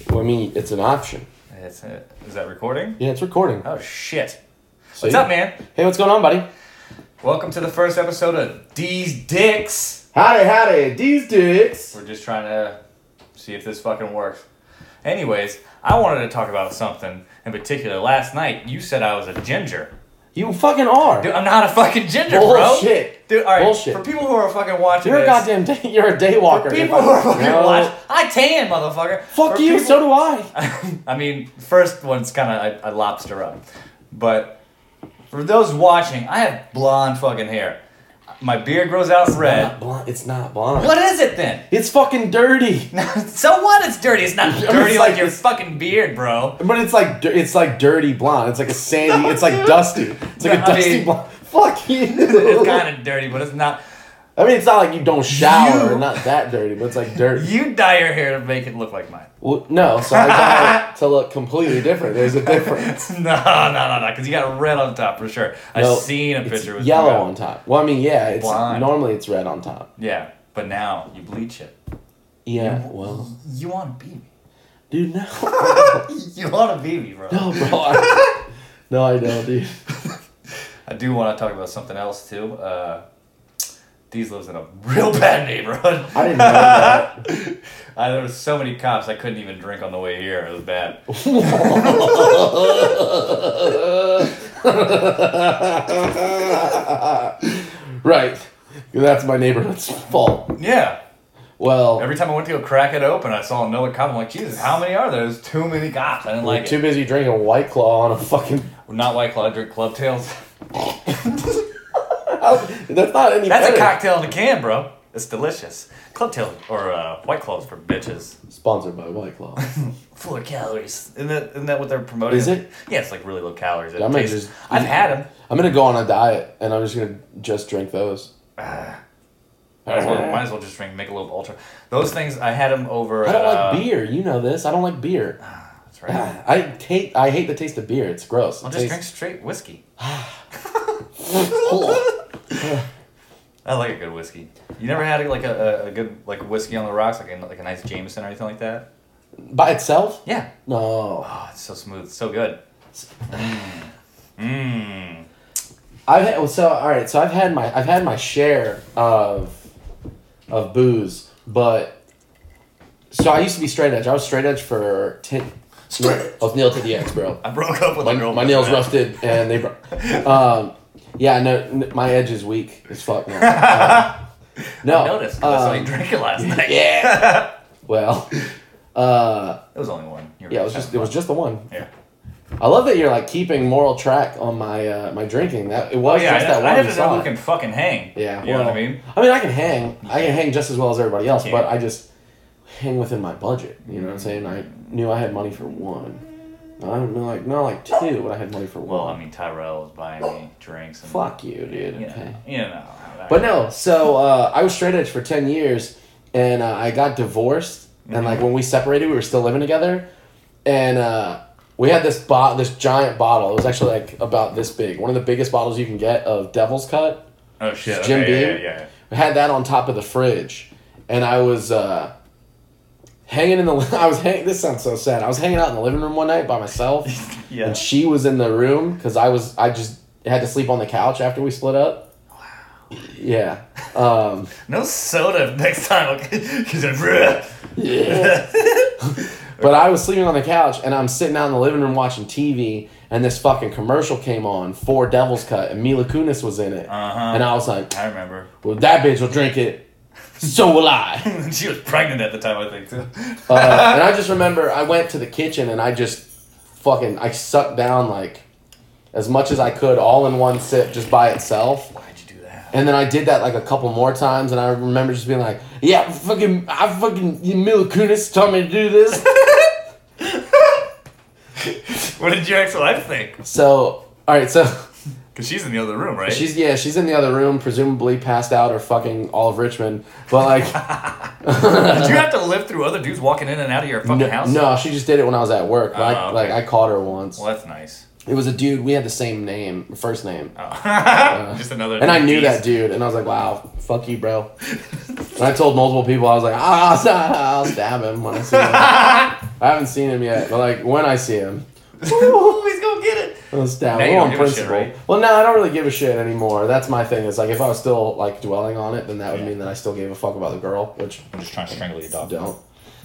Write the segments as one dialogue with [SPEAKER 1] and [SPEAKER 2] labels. [SPEAKER 1] It's an option.
[SPEAKER 2] That's it. Is that recording?
[SPEAKER 1] Yeah, it's recording.
[SPEAKER 2] Oh shit!
[SPEAKER 1] See?
[SPEAKER 2] What's up, man?
[SPEAKER 1] Hey, what's going on, buddy?
[SPEAKER 2] Welcome to the first episode of D's Dicks.
[SPEAKER 1] Howdy, howdy, these dicks.
[SPEAKER 2] We're just trying to see if this fucking works. Anyways, I wanted to talk about something in particular. Last night, you said I was a ginger.
[SPEAKER 1] You fucking are.
[SPEAKER 2] Dude, I'm not a fucking ginger, bro.
[SPEAKER 1] Bullshit.
[SPEAKER 2] Dude, all right.
[SPEAKER 1] Bullshit.
[SPEAKER 2] For people who are fucking watching
[SPEAKER 1] you're a
[SPEAKER 2] this,
[SPEAKER 1] goddamn day. You're a day walker.
[SPEAKER 2] people who are fucking
[SPEAKER 1] No.
[SPEAKER 2] watching, I tan, motherfucker.
[SPEAKER 1] Fuck
[SPEAKER 2] For
[SPEAKER 1] you.
[SPEAKER 2] people-
[SPEAKER 1] So do I.
[SPEAKER 2] I mean, first one's kind of a, a lobster up, but for those watching, I have blonde fucking hair. My beard grows out
[SPEAKER 1] Not
[SPEAKER 2] red.
[SPEAKER 1] blonde. It's not blonde.
[SPEAKER 2] What is it then?
[SPEAKER 1] It's fucking dirty.
[SPEAKER 2] so what? It's dirty. It's not
[SPEAKER 1] mean, it's
[SPEAKER 2] dirty like,
[SPEAKER 1] like
[SPEAKER 2] your
[SPEAKER 1] this-
[SPEAKER 2] fucking beard, bro.
[SPEAKER 1] But it's like dir- it's like dirty blonde. It's like a sandy.
[SPEAKER 2] No,
[SPEAKER 1] it's like
[SPEAKER 2] dude.
[SPEAKER 1] dusty. It's like
[SPEAKER 2] No,
[SPEAKER 1] a
[SPEAKER 2] I
[SPEAKER 1] dusty
[SPEAKER 2] mean-
[SPEAKER 1] blonde. Fuck you.
[SPEAKER 2] It's kind of dirty, but it's not.
[SPEAKER 1] I mean, it's not like you don't shower.
[SPEAKER 2] You-
[SPEAKER 1] Not that dirty, but it's like dirty.
[SPEAKER 2] You dye your hair to make it look like mine.
[SPEAKER 1] Well, no, so I got it to look completely different. There's a difference.
[SPEAKER 2] no, no, no, no, because you got red on top for sure. I
[SPEAKER 1] No,
[SPEAKER 2] seen a
[SPEAKER 1] it's
[SPEAKER 2] picture with
[SPEAKER 1] yellow
[SPEAKER 2] red.
[SPEAKER 1] on top. Well, I mean, yeah, it's
[SPEAKER 2] Blonde.
[SPEAKER 1] normally it's red on top.
[SPEAKER 2] Yeah, but now you bleach it.
[SPEAKER 1] Yeah, well,
[SPEAKER 2] You want to be me.
[SPEAKER 1] dude, no,
[SPEAKER 2] You want to be me, bro.
[SPEAKER 1] no, bro, I, no, I don't, dude.
[SPEAKER 2] I do want to talk about something else too. Uh, Deez lives in a real bad neighborhood.
[SPEAKER 1] I didn't know that.
[SPEAKER 2] I, there was so many cops I couldn't even drink on the way here. It was bad.
[SPEAKER 1] right, that's my neighborhood's fault.
[SPEAKER 2] Yeah.
[SPEAKER 1] Well,
[SPEAKER 2] Every time I went to go crack it open, I saw another cop. I'm like, Jesus, how many are there? There's too many cops. I didn't
[SPEAKER 1] we're
[SPEAKER 2] like
[SPEAKER 1] too
[SPEAKER 2] it.
[SPEAKER 1] busy drinking White Claw on a fucking.
[SPEAKER 2] Not White Claw. I drink Club Tails.
[SPEAKER 1] oh, That's not any.
[SPEAKER 2] That's a
[SPEAKER 1] better.
[SPEAKER 2] cocktail in a can, bro. It's delicious. Club Tail or uh, White Claws for bitches.
[SPEAKER 1] Sponsored by White Claw.
[SPEAKER 2] Full of calories. Isn't that, isn't that what they're promoting?
[SPEAKER 1] Is it?
[SPEAKER 2] Yeah, it's like really low calories. It
[SPEAKER 1] I might
[SPEAKER 2] tastes-
[SPEAKER 1] just-
[SPEAKER 2] I've had them.
[SPEAKER 1] I'm gonna go on a diet, and I'm just gonna just drink those.
[SPEAKER 2] Might as, well, might as well just drink Michelob Ultra. Those things I had them over.
[SPEAKER 1] I don't
[SPEAKER 2] uh,
[SPEAKER 1] like beer. You know this. I don't like beer.
[SPEAKER 2] That's right.
[SPEAKER 1] I hate. I hate the taste of beer. It's gross.
[SPEAKER 2] I'll
[SPEAKER 1] It
[SPEAKER 2] just drink
[SPEAKER 1] tastes-
[SPEAKER 2] straight whiskey.
[SPEAKER 1] Ugh.
[SPEAKER 2] I like a good whiskey. You never had like a, a, a good like whiskey on the rocks, like a, like a nice Jameson or anything like that.
[SPEAKER 1] By itself?
[SPEAKER 2] Yeah.
[SPEAKER 1] No.
[SPEAKER 2] Oh, it's so smooth, so good. Mmm.
[SPEAKER 1] I've had, so all right. So I've had my I've had my share of of booze, but so I used to be straight edge. I was straight edge for ten. oh, Straight. I was nailed to the X, bro.
[SPEAKER 2] I broke up with
[SPEAKER 1] My,
[SPEAKER 2] a girl.
[SPEAKER 1] my
[SPEAKER 2] because
[SPEAKER 1] nails
[SPEAKER 2] of that.
[SPEAKER 1] rusted and they. bro- Um, yeah, no, n- my edge is weak as fuck now. Uh, no,
[SPEAKER 2] I noticed. I saw you
[SPEAKER 1] um,
[SPEAKER 2] drink it last night.
[SPEAKER 1] yeah. Well, uh,
[SPEAKER 2] It was only one. You were
[SPEAKER 1] yeah, it was just it was just the one.
[SPEAKER 2] Yeah.
[SPEAKER 1] I love that you're like keeping moral track on my uh, my drinking. That it was
[SPEAKER 2] Oh, yeah, I,
[SPEAKER 1] just that
[SPEAKER 2] I
[SPEAKER 1] one.
[SPEAKER 2] have
[SPEAKER 1] you
[SPEAKER 2] to know
[SPEAKER 1] saw
[SPEAKER 2] who
[SPEAKER 1] it.
[SPEAKER 2] can fucking hang.
[SPEAKER 1] yeah,
[SPEAKER 2] You know
[SPEAKER 1] well,
[SPEAKER 2] what I mean?
[SPEAKER 1] I mean, I can hang. I can hang just as well as everybody else, but
[SPEAKER 2] Yeah.
[SPEAKER 1] I just hang within my budget. You know what I'm saying? I knew I had money for one. I don't know, like no, like two, but I had money for one.
[SPEAKER 2] Well, I mean, Tyrell was buying me drinks and
[SPEAKER 1] Fuck you, dude.
[SPEAKER 2] You know,
[SPEAKER 1] Okay.
[SPEAKER 2] you know.
[SPEAKER 1] But no, so uh, I was straight edge for ten years, and uh, I got divorced. And like when we separated, we were still living together, and uh, we had this bot, this giant bottle. It was actually like about this big, one of the biggest bottles you can get of Devil's Cut.
[SPEAKER 2] Oh shit!
[SPEAKER 1] Jim
[SPEAKER 2] okay, yeah,
[SPEAKER 1] Beam?
[SPEAKER 2] Yeah, yeah,
[SPEAKER 1] We had that on top of the fridge, and I was uh, hanging in the. I was hang. This sounds so sad. I was hanging out in the living room one night by myself,
[SPEAKER 2] Yeah.
[SPEAKER 1] and she was in the room because I was. I just had to sleep on the couch after we split up. Yeah. Um,
[SPEAKER 2] No soda next time, okay? He's like, "Bruh."
[SPEAKER 1] But I was sleeping on the couch and I'm sitting out in the living room watching TV and this fucking commercial came on for Devil's Cut and Mila Kunis was in it.
[SPEAKER 2] Uh-huh.
[SPEAKER 1] And I was like,
[SPEAKER 2] I remember.
[SPEAKER 1] well, that bitch will drink it. So will I.
[SPEAKER 2] she was pregnant at the time, I think, too.
[SPEAKER 1] Uh, and I just remember I went to the kitchen and I just fucking, I sucked down like as much as I could all in one sip just by itself.
[SPEAKER 2] Why'd you do that?
[SPEAKER 1] And then I did that like a couple more times, and I remember just being like, "Yeah, fucking, I fucking Mila Kunis told me to do this."
[SPEAKER 2] What did your ex-wife think?
[SPEAKER 1] so, all right, so
[SPEAKER 2] Because she's in the other room, right?
[SPEAKER 1] She's yeah, she's in the other room, presumably passed out or fucking all of Richmond. But like,
[SPEAKER 2] did you have to live through other dudes walking in and out of your fucking
[SPEAKER 1] no,
[SPEAKER 2] house?
[SPEAKER 1] no, she just did it when I was at work. But I,
[SPEAKER 2] Oh, okay.
[SPEAKER 1] like I called her once.
[SPEAKER 2] Well, that's nice.
[SPEAKER 1] It was a dude. We had the same name, first name,
[SPEAKER 2] Oh. Just another.
[SPEAKER 1] Uh, and I knew
[SPEAKER 2] tease.
[SPEAKER 1] that dude. And I was like, wow, fuck you, bro. and I told multiple people, I was like, ah, I'll, I'll stab him when I see him. I haven't seen him yet, but like when I see him,
[SPEAKER 2] Ooh, he's gonna get it.
[SPEAKER 1] it's down.
[SPEAKER 2] Now you
[SPEAKER 1] Well,
[SPEAKER 2] don't
[SPEAKER 1] on
[SPEAKER 2] give a shit,
[SPEAKER 1] principle.
[SPEAKER 2] right?
[SPEAKER 1] Well, no, I don't really give a shit anymore. That's my thing. It's like if I was still like dwelling on it, then that would
[SPEAKER 2] Yeah.
[SPEAKER 1] mean that I still gave a fuck about the girl, which
[SPEAKER 2] I'm just trying to strangle your
[SPEAKER 1] I
[SPEAKER 2] dog.
[SPEAKER 1] don't.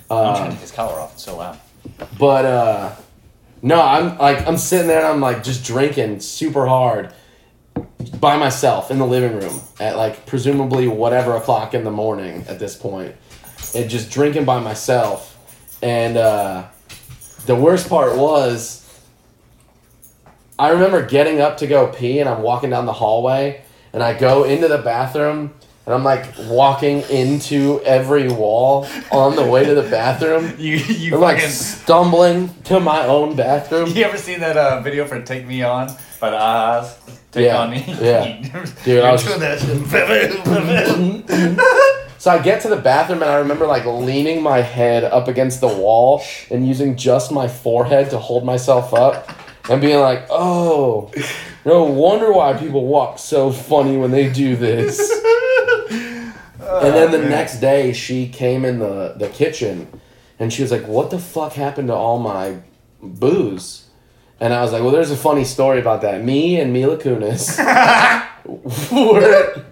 [SPEAKER 2] I'm
[SPEAKER 1] Um,
[SPEAKER 2] trying to get his collar off. It's so loud.
[SPEAKER 1] But uh no, I'm like I'm sitting there and I'm like just drinking super hard by myself in the living room at like presumably whatever o'clock in the morning at this point. And just drinking by myself. And uh the worst part was I remember getting up to go pee and I'm walking down the hallway and I go into the bathroom and I'm like walking into every wall on the way to the bathroom.
[SPEAKER 2] You you
[SPEAKER 1] I'm like
[SPEAKER 2] fucking.
[SPEAKER 1] stumbling to my own bathroom.
[SPEAKER 2] You ever seen that uh, video for "Take Me On" by the Ahas? Take
[SPEAKER 1] Yeah,
[SPEAKER 2] on me.
[SPEAKER 1] yeah.
[SPEAKER 2] Dude,
[SPEAKER 1] Dude,
[SPEAKER 2] I
[SPEAKER 1] I was
[SPEAKER 2] doing that.
[SPEAKER 1] So I get to the bathroom and I remember like leaning my head up against the wall and using just my forehead to hold myself up and being like, oh, no wonder why people walk so funny when they do this. And then the next day, she came in the, the kitchen and she was like, What the fuck happened to all my booze? And I was like, Well, there's a funny story about that. Me and Mila Kunis were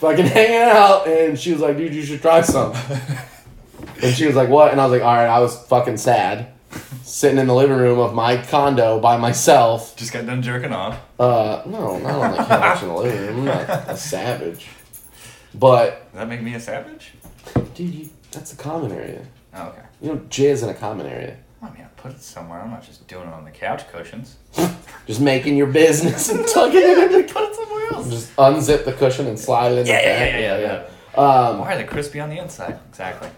[SPEAKER 1] fucking hanging out, and she was like, Dude, you should try some. And she was like, What? And I was like, All right, I was fucking sad. Sitting in the living room of my condo by myself.
[SPEAKER 2] Just got done jerking off.
[SPEAKER 1] Uh, no, not on the couch in the living room. I'm not a savage. But,
[SPEAKER 2] Does that make me a savage?
[SPEAKER 1] dude, you, that's a common area.
[SPEAKER 2] Oh, okay.
[SPEAKER 1] You know, jizz in a common area.
[SPEAKER 2] Well, I mean, I put it somewhere. I'm not just doing it on the couch cushions.
[SPEAKER 1] Just making your business and tucking it in.
[SPEAKER 2] Put it somewhere else.
[SPEAKER 1] Just unzip the cushion and slide it in
[SPEAKER 2] Yeah,
[SPEAKER 1] the
[SPEAKER 2] yeah,
[SPEAKER 1] back.
[SPEAKER 2] yeah, yeah, yeah.
[SPEAKER 1] Um,
[SPEAKER 2] Why are they crispy on the inside? Exactly.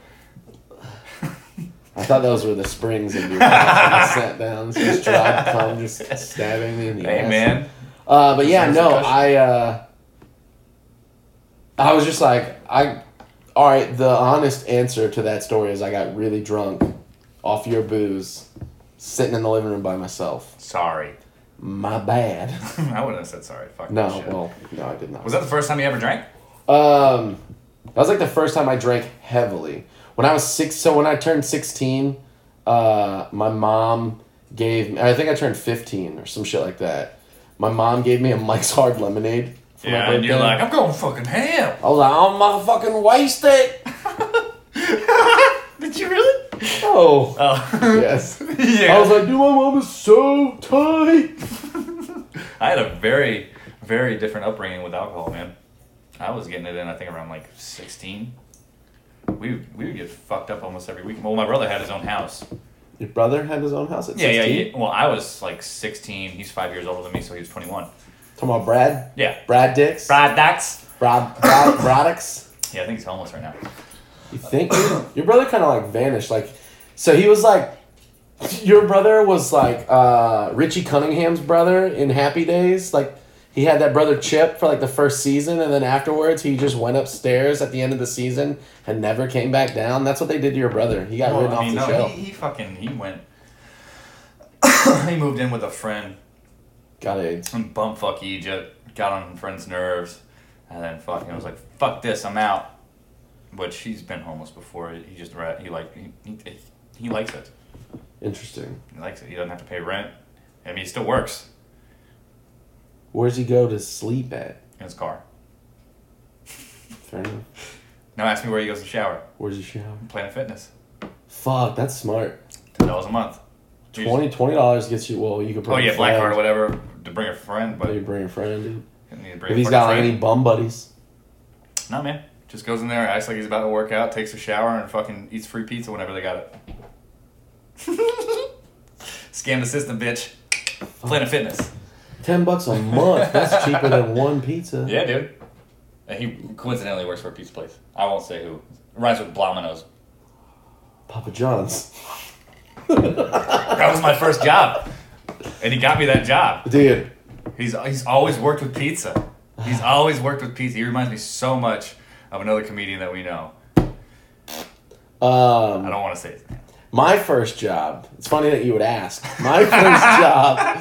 [SPEAKER 1] I thought those were the springs in your mouth when you sat down. So just tried to come, just stabbing me in the
[SPEAKER 2] Hey,
[SPEAKER 1] ass.
[SPEAKER 2] man.
[SPEAKER 1] Uh, but yeah,
[SPEAKER 2] Just use
[SPEAKER 1] no,
[SPEAKER 2] the cushion.
[SPEAKER 1] I. Uh, I was just like, I. All right, the honest answer to that story is I got really drunk off your booze, sitting in the living room by myself.
[SPEAKER 2] Sorry.
[SPEAKER 1] My bad.
[SPEAKER 2] I wouldn't have said sorry. Fuck
[SPEAKER 1] No,
[SPEAKER 2] that shit.
[SPEAKER 1] well, no, I did not.
[SPEAKER 2] Was that the first time you ever drank?
[SPEAKER 1] Um, that was like the first time I drank heavily. When I was six, so when I turned sixteen, uh, my mom gave me. I think I turned fifteen or some shit like that. My mom gave me a Mike's Hard Lemonade. For my
[SPEAKER 2] and you're
[SPEAKER 1] birthday.
[SPEAKER 2] like, I'm going fucking ham.
[SPEAKER 1] I was like, I'm not fucking wasted.
[SPEAKER 2] Did you really?
[SPEAKER 1] Oh,
[SPEAKER 2] Oh.
[SPEAKER 1] yes.
[SPEAKER 2] yeah.
[SPEAKER 1] I was like, dude, my mom is so tight.
[SPEAKER 2] I had a very, very different upbringing with alcohol, man. I was getting it in, I think, around like 16. We, we would get fucked up almost every week. Well, my brother had his own house.
[SPEAKER 1] Your brother had his own house at
[SPEAKER 2] Yeah, yeah,
[SPEAKER 1] 16?
[SPEAKER 2] yeah. Well, I was like 16. He's five years older than me, so he was 21.
[SPEAKER 1] Talking about Brad?
[SPEAKER 2] Yeah.
[SPEAKER 1] Brad Dix?
[SPEAKER 2] Brad Dax.
[SPEAKER 1] Brad, Brad, Bradix?
[SPEAKER 2] Yeah, I think he's homeless right now.
[SPEAKER 1] You think your brother kind of like vanished? Like, so he was like, your brother was like uh, Richie Cunningham's brother in Happy Days. Like, he had that brother Chip for like the first season, and then afterwards he just went upstairs at the end of the season and never came back down. That's what they did to your brother. He got
[SPEAKER 2] Well,
[SPEAKER 1] ridden
[SPEAKER 2] I mean,
[SPEAKER 1] off the
[SPEAKER 2] no,
[SPEAKER 1] show.
[SPEAKER 2] he, he fucking, he went, he moved in with a friend
[SPEAKER 1] Got AIDS.
[SPEAKER 2] and bumfuck Egypt, got on friend's nerves, and then fucking was like, "Fuck this, I'm out." Which he's been homeless before. He just re- he like he, he, he likes it.
[SPEAKER 1] Interesting.
[SPEAKER 2] He likes it. He doesn't have to pay rent. I mean, he still works
[SPEAKER 1] Where's he go to sleep at?
[SPEAKER 2] in his car.
[SPEAKER 1] Fair enough.
[SPEAKER 2] Now ask me where he goes to shower.
[SPEAKER 1] Where's he shower?
[SPEAKER 2] Planet Fitness,
[SPEAKER 1] Fuck, that's smart.
[SPEAKER 2] ten dollars a month. You just-
[SPEAKER 1] Twenty twenty dollars gets you. Well, you could.
[SPEAKER 2] Oh
[SPEAKER 1] bring a
[SPEAKER 2] yeah, black
[SPEAKER 1] friend.
[SPEAKER 2] card or whatever to bring a friend, but
[SPEAKER 1] You bring a friend. dude.
[SPEAKER 2] you need to bring
[SPEAKER 1] If
[SPEAKER 2] a
[SPEAKER 1] he's
[SPEAKER 2] fucking
[SPEAKER 1] got like
[SPEAKER 2] friend.
[SPEAKER 1] any bum buddies.
[SPEAKER 2] No man, just goes in there, acts like he's about to work out, takes a shower, and fucking eats free pizza whenever they got it. Scam the system, bitch. Planet Fitness.
[SPEAKER 1] Ten bucks a month. That's cheaper than one pizza.
[SPEAKER 2] Yeah, dude. And he coincidentally works for a pizza place. I won't say who. Rhymes with Blomino's.
[SPEAKER 1] Papa John's.
[SPEAKER 2] That was my first job, and he got me that job.
[SPEAKER 1] Dude,
[SPEAKER 2] He's he's always worked with pizza. He's always worked with pizza. He reminds me so much of another comedian that we know. I
[SPEAKER 1] um,
[SPEAKER 2] don't want to say his name.
[SPEAKER 1] my first job. It's funny that you would ask. My first job.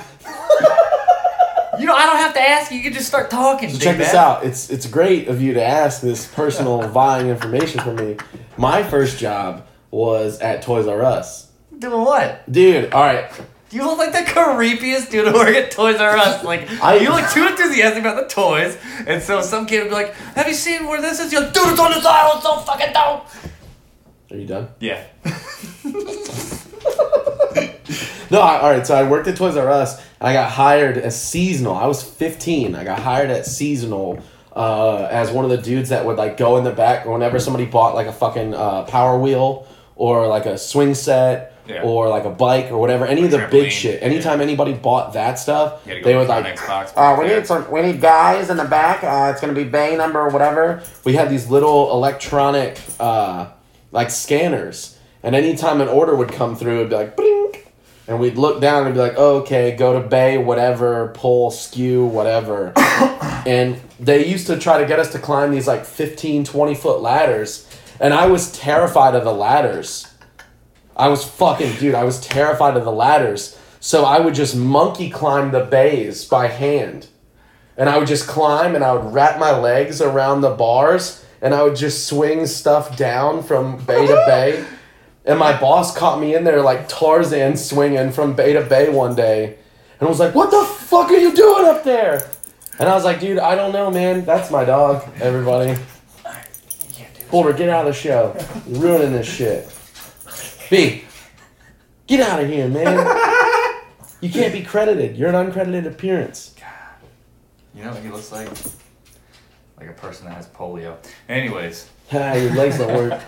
[SPEAKER 2] You know, I don't have to ask. You can just start talking.
[SPEAKER 1] So check this out. It's it's great of you to ask this personal vying information from me. My first job was at Toys R Us.
[SPEAKER 2] Doing what?
[SPEAKER 1] Dude, all right.
[SPEAKER 2] You look like the creepiest dude to work at Toys R Us. Like,
[SPEAKER 1] I-
[SPEAKER 2] you look too enthusiastic about the toys. And so some kid would be like, Have you seen where this is? You're like, Dude, it's on this aisle. It's so fucking dope.
[SPEAKER 1] Are you done?
[SPEAKER 2] Yeah.
[SPEAKER 1] No, I, all right. So I worked at Toys R Us. And I got hired as seasonal. I was 15. I got hired at seasonal uh, as one of the dudes that would like go in the back whenever somebody bought like a fucking uh, Power Wheel or like a swing set.
[SPEAKER 2] Yeah.
[SPEAKER 1] Or like a bike or whatever, any of the
[SPEAKER 2] Trampoline.
[SPEAKER 1] big shit. Anytime anybody bought that stuff,
[SPEAKER 2] You had to go
[SPEAKER 1] they would
[SPEAKER 2] to the
[SPEAKER 1] like,
[SPEAKER 2] next box.
[SPEAKER 1] uh, we need some, we need guys in the back. Uh, it's gonna be bay number or whatever. We had these little electronic uh, like scanners, and anytime an order would come through, it'd be like, blink, and we'd look down and be like, "Oh, okay, go to bay, whatever, pull, skew, whatever. and they used to try to get us to climb these like 15, 20 foot ladders. And I was terrified of the ladders. I was fucking, dude, I was terrified of the ladders. So I would just monkey climb the bays by hand. And I would just climb and I would wrap my legs around the bars and I would just swing stuff down from bay to bay. And my boss caught me in there like Tarzan swinging from bay to bay one day and was like, What the fuck are you doing up there? And I was like, Dude, I don't know, man. That's my dog, everybody. Boulder, get out of the show. You're ruining this shit. B, get out of here, man. You can't be credited. You're an uncredited appearance.
[SPEAKER 2] You know what he looks like? Like a person that has polio. Anyways.
[SPEAKER 1] Ah, your legs don't work.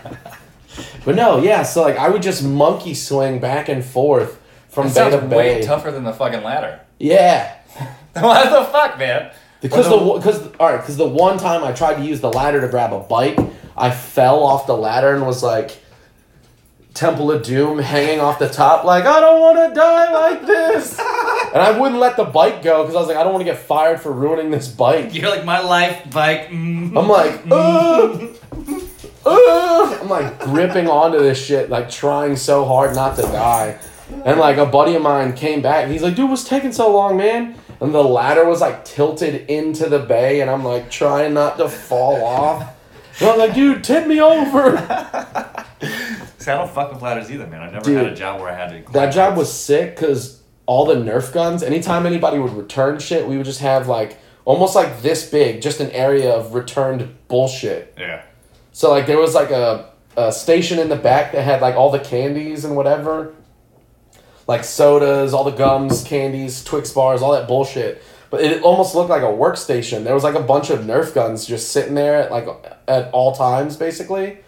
[SPEAKER 1] But no, yeah, so like I would just monkey swing back and forth from
[SPEAKER 2] That
[SPEAKER 1] bay to
[SPEAKER 2] sounds way
[SPEAKER 1] bay.
[SPEAKER 2] tougher than the fucking ladder.
[SPEAKER 1] Yeah.
[SPEAKER 2] what the fuck, man?
[SPEAKER 1] Because
[SPEAKER 2] Well,
[SPEAKER 1] the because all right, because the one time I tried to use the ladder to grab a bike, I fell off the ladder and was like Temple of Doom hanging off the top, like I don't want to die like this, and I wouldn't let the bike go because I was like I don't want to get fired for ruining this bike.
[SPEAKER 2] You're like my life bike. Mm.
[SPEAKER 1] I'm like, "Ugh, ugh." I'm like gripping onto this shit, like trying so hard not to die. And like a buddy of mine came back, and he's like, dude, what's taking so long, man? And the ladder was like tilted into the bay, and I'm like trying not to fall off. And I'm like, dude, tip me over.
[SPEAKER 2] See, I don't fuck with ladders either, man. I never
[SPEAKER 1] Dude.
[SPEAKER 2] had a job where I had to. climb
[SPEAKER 1] That job
[SPEAKER 2] ladders.
[SPEAKER 1] was sick because all the Nerf guns, anytime anybody would return shit, we would just have like almost like this big, just an area of returned bullshit.
[SPEAKER 2] Yeah.
[SPEAKER 1] So like there was like a, a station in the back that had like all the candies and whatever, like sodas, all the gums, candies, Twix bars, all that bullshit. But it almost looked like a workstation. There was like a bunch of Nerf guns just sitting there at like at all times basically.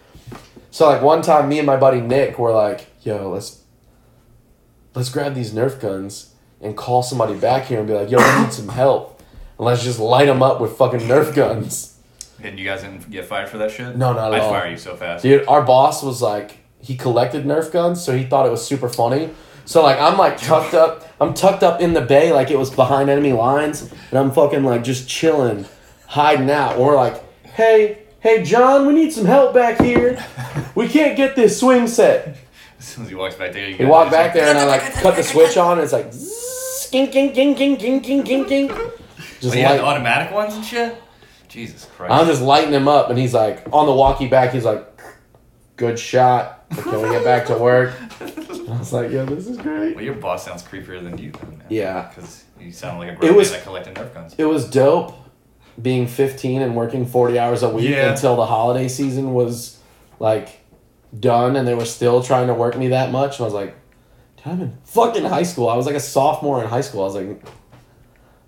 [SPEAKER 1] So like one time, me and my buddy Nick were like, "Yo, let's let's grab these Nerf guns and call somebody back here and be like, yo, we need some help, and let's just light them up with fucking Nerf guns.'"
[SPEAKER 2] And you guys didn't get fired for that shit?
[SPEAKER 1] No, not at
[SPEAKER 2] I'd
[SPEAKER 1] all.
[SPEAKER 2] fire you so fast.
[SPEAKER 1] Dude, our boss was like, he collected Nerf guns, so he thought it was super funny. So like, I'm like tucked up, I'm tucked up in the bay, like it was behind enemy lines, and I'm fucking like just chilling, hiding out. Or like, hey, hey John, we need some help back here. We can't get this swing set.
[SPEAKER 2] As soon as he walks back there, you
[SPEAKER 1] We
[SPEAKER 2] guys
[SPEAKER 1] walk
[SPEAKER 2] just
[SPEAKER 1] back
[SPEAKER 2] like,
[SPEAKER 1] there, and I like cut the switch on, and it's like, zzz, ging, ging, ging, ging, ging, ging, ging, ging.
[SPEAKER 2] Oh,
[SPEAKER 1] Just
[SPEAKER 2] you had the
[SPEAKER 1] light,
[SPEAKER 2] automatic ones and shit? Jesus Christ.
[SPEAKER 1] I'm just lighting him up, and he's like on the walkie back. He's like, good shot. Can we get back to work? I was like, yeah, this is great.
[SPEAKER 2] well, your boss sounds creepier than you, then, man.
[SPEAKER 1] Yeah.
[SPEAKER 2] Because you sound like a grown
[SPEAKER 1] was-
[SPEAKER 2] man that collected Nerf guns.
[SPEAKER 1] It was dope being 15 and working 40 hours a week
[SPEAKER 2] Yeah.
[SPEAKER 1] until the holiday season was like done and they were still trying to work me that much. And I was like, dude, I'm in fucking high school. I was like a sophomore in high school. I was like,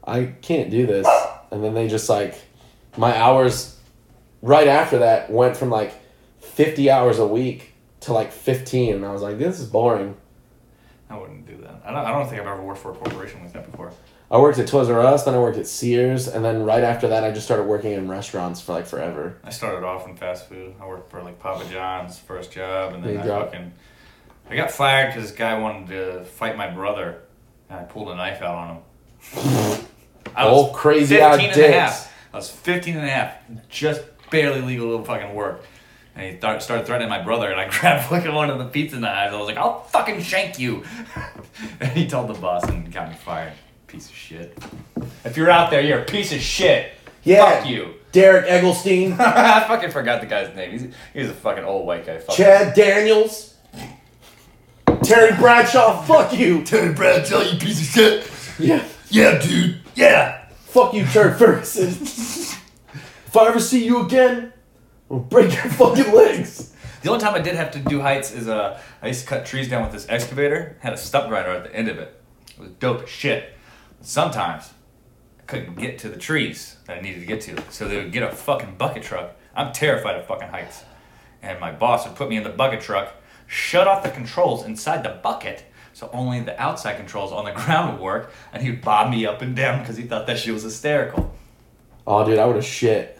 [SPEAKER 1] I can't do this. And then they just like, my hours right after that went from like 50 hours a week to like 15. And I was like, this is boring.
[SPEAKER 2] I wouldn't do that. I don't, I don't think I've ever worked for a corporation like that before.
[SPEAKER 1] I worked at Toys R Us, then I worked at Sears, and then right after that, I just started working in restaurants for like forever.
[SPEAKER 2] I started off in fast food. I worked for like Papa John's first job, and
[SPEAKER 1] Big
[SPEAKER 2] then I
[SPEAKER 1] job.
[SPEAKER 2] fucking I got fired because this guy wanted to fight my brother, and I pulled a knife out on him. I
[SPEAKER 1] Old crazy eyed
[SPEAKER 2] and a
[SPEAKER 1] dicks.
[SPEAKER 2] half. I was 15 and a half, just barely legal to fucking work. And he thar- started threatening my brother, and I grabbed fucking one of the pizza knives. I was like, "I'll fucking shank you!" and he told the boss and got me fired. Piece of shit. If you're out there, you're a piece of shit.
[SPEAKER 1] Yeah.
[SPEAKER 2] Fuck you.
[SPEAKER 1] Derek Egglestein,
[SPEAKER 2] I fucking forgot the guy's name. He's he's a fucking old white guy. Fuck.
[SPEAKER 1] Chad Daniels. Terry Bradshaw, fuck you.
[SPEAKER 3] Terry Bradshaw, you piece of shit.
[SPEAKER 1] Yeah.
[SPEAKER 3] Yeah, dude. Yeah.
[SPEAKER 1] Fuck you, Terry Ferguson. if I ever see you again, I'll break your fucking legs.
[SPEAKER 2] The only time I did have to do heights is uh, I used to cut trees down with this excavator. Had a stump grinder at the end of it. It was dope as shit. Sometimes I couldn't get to the trees that I needed to get to, so they would get a fucking bucket truck. I'm terrified of fucking heights, and my boss would put me in the bucket truck, shut off the controls inside the bucket, so only the outside controls on the ground would work, and he'd bob me up and down because he thought that shit was hysterical.
[SPEAKER 1] Oh, dude, I would have shit.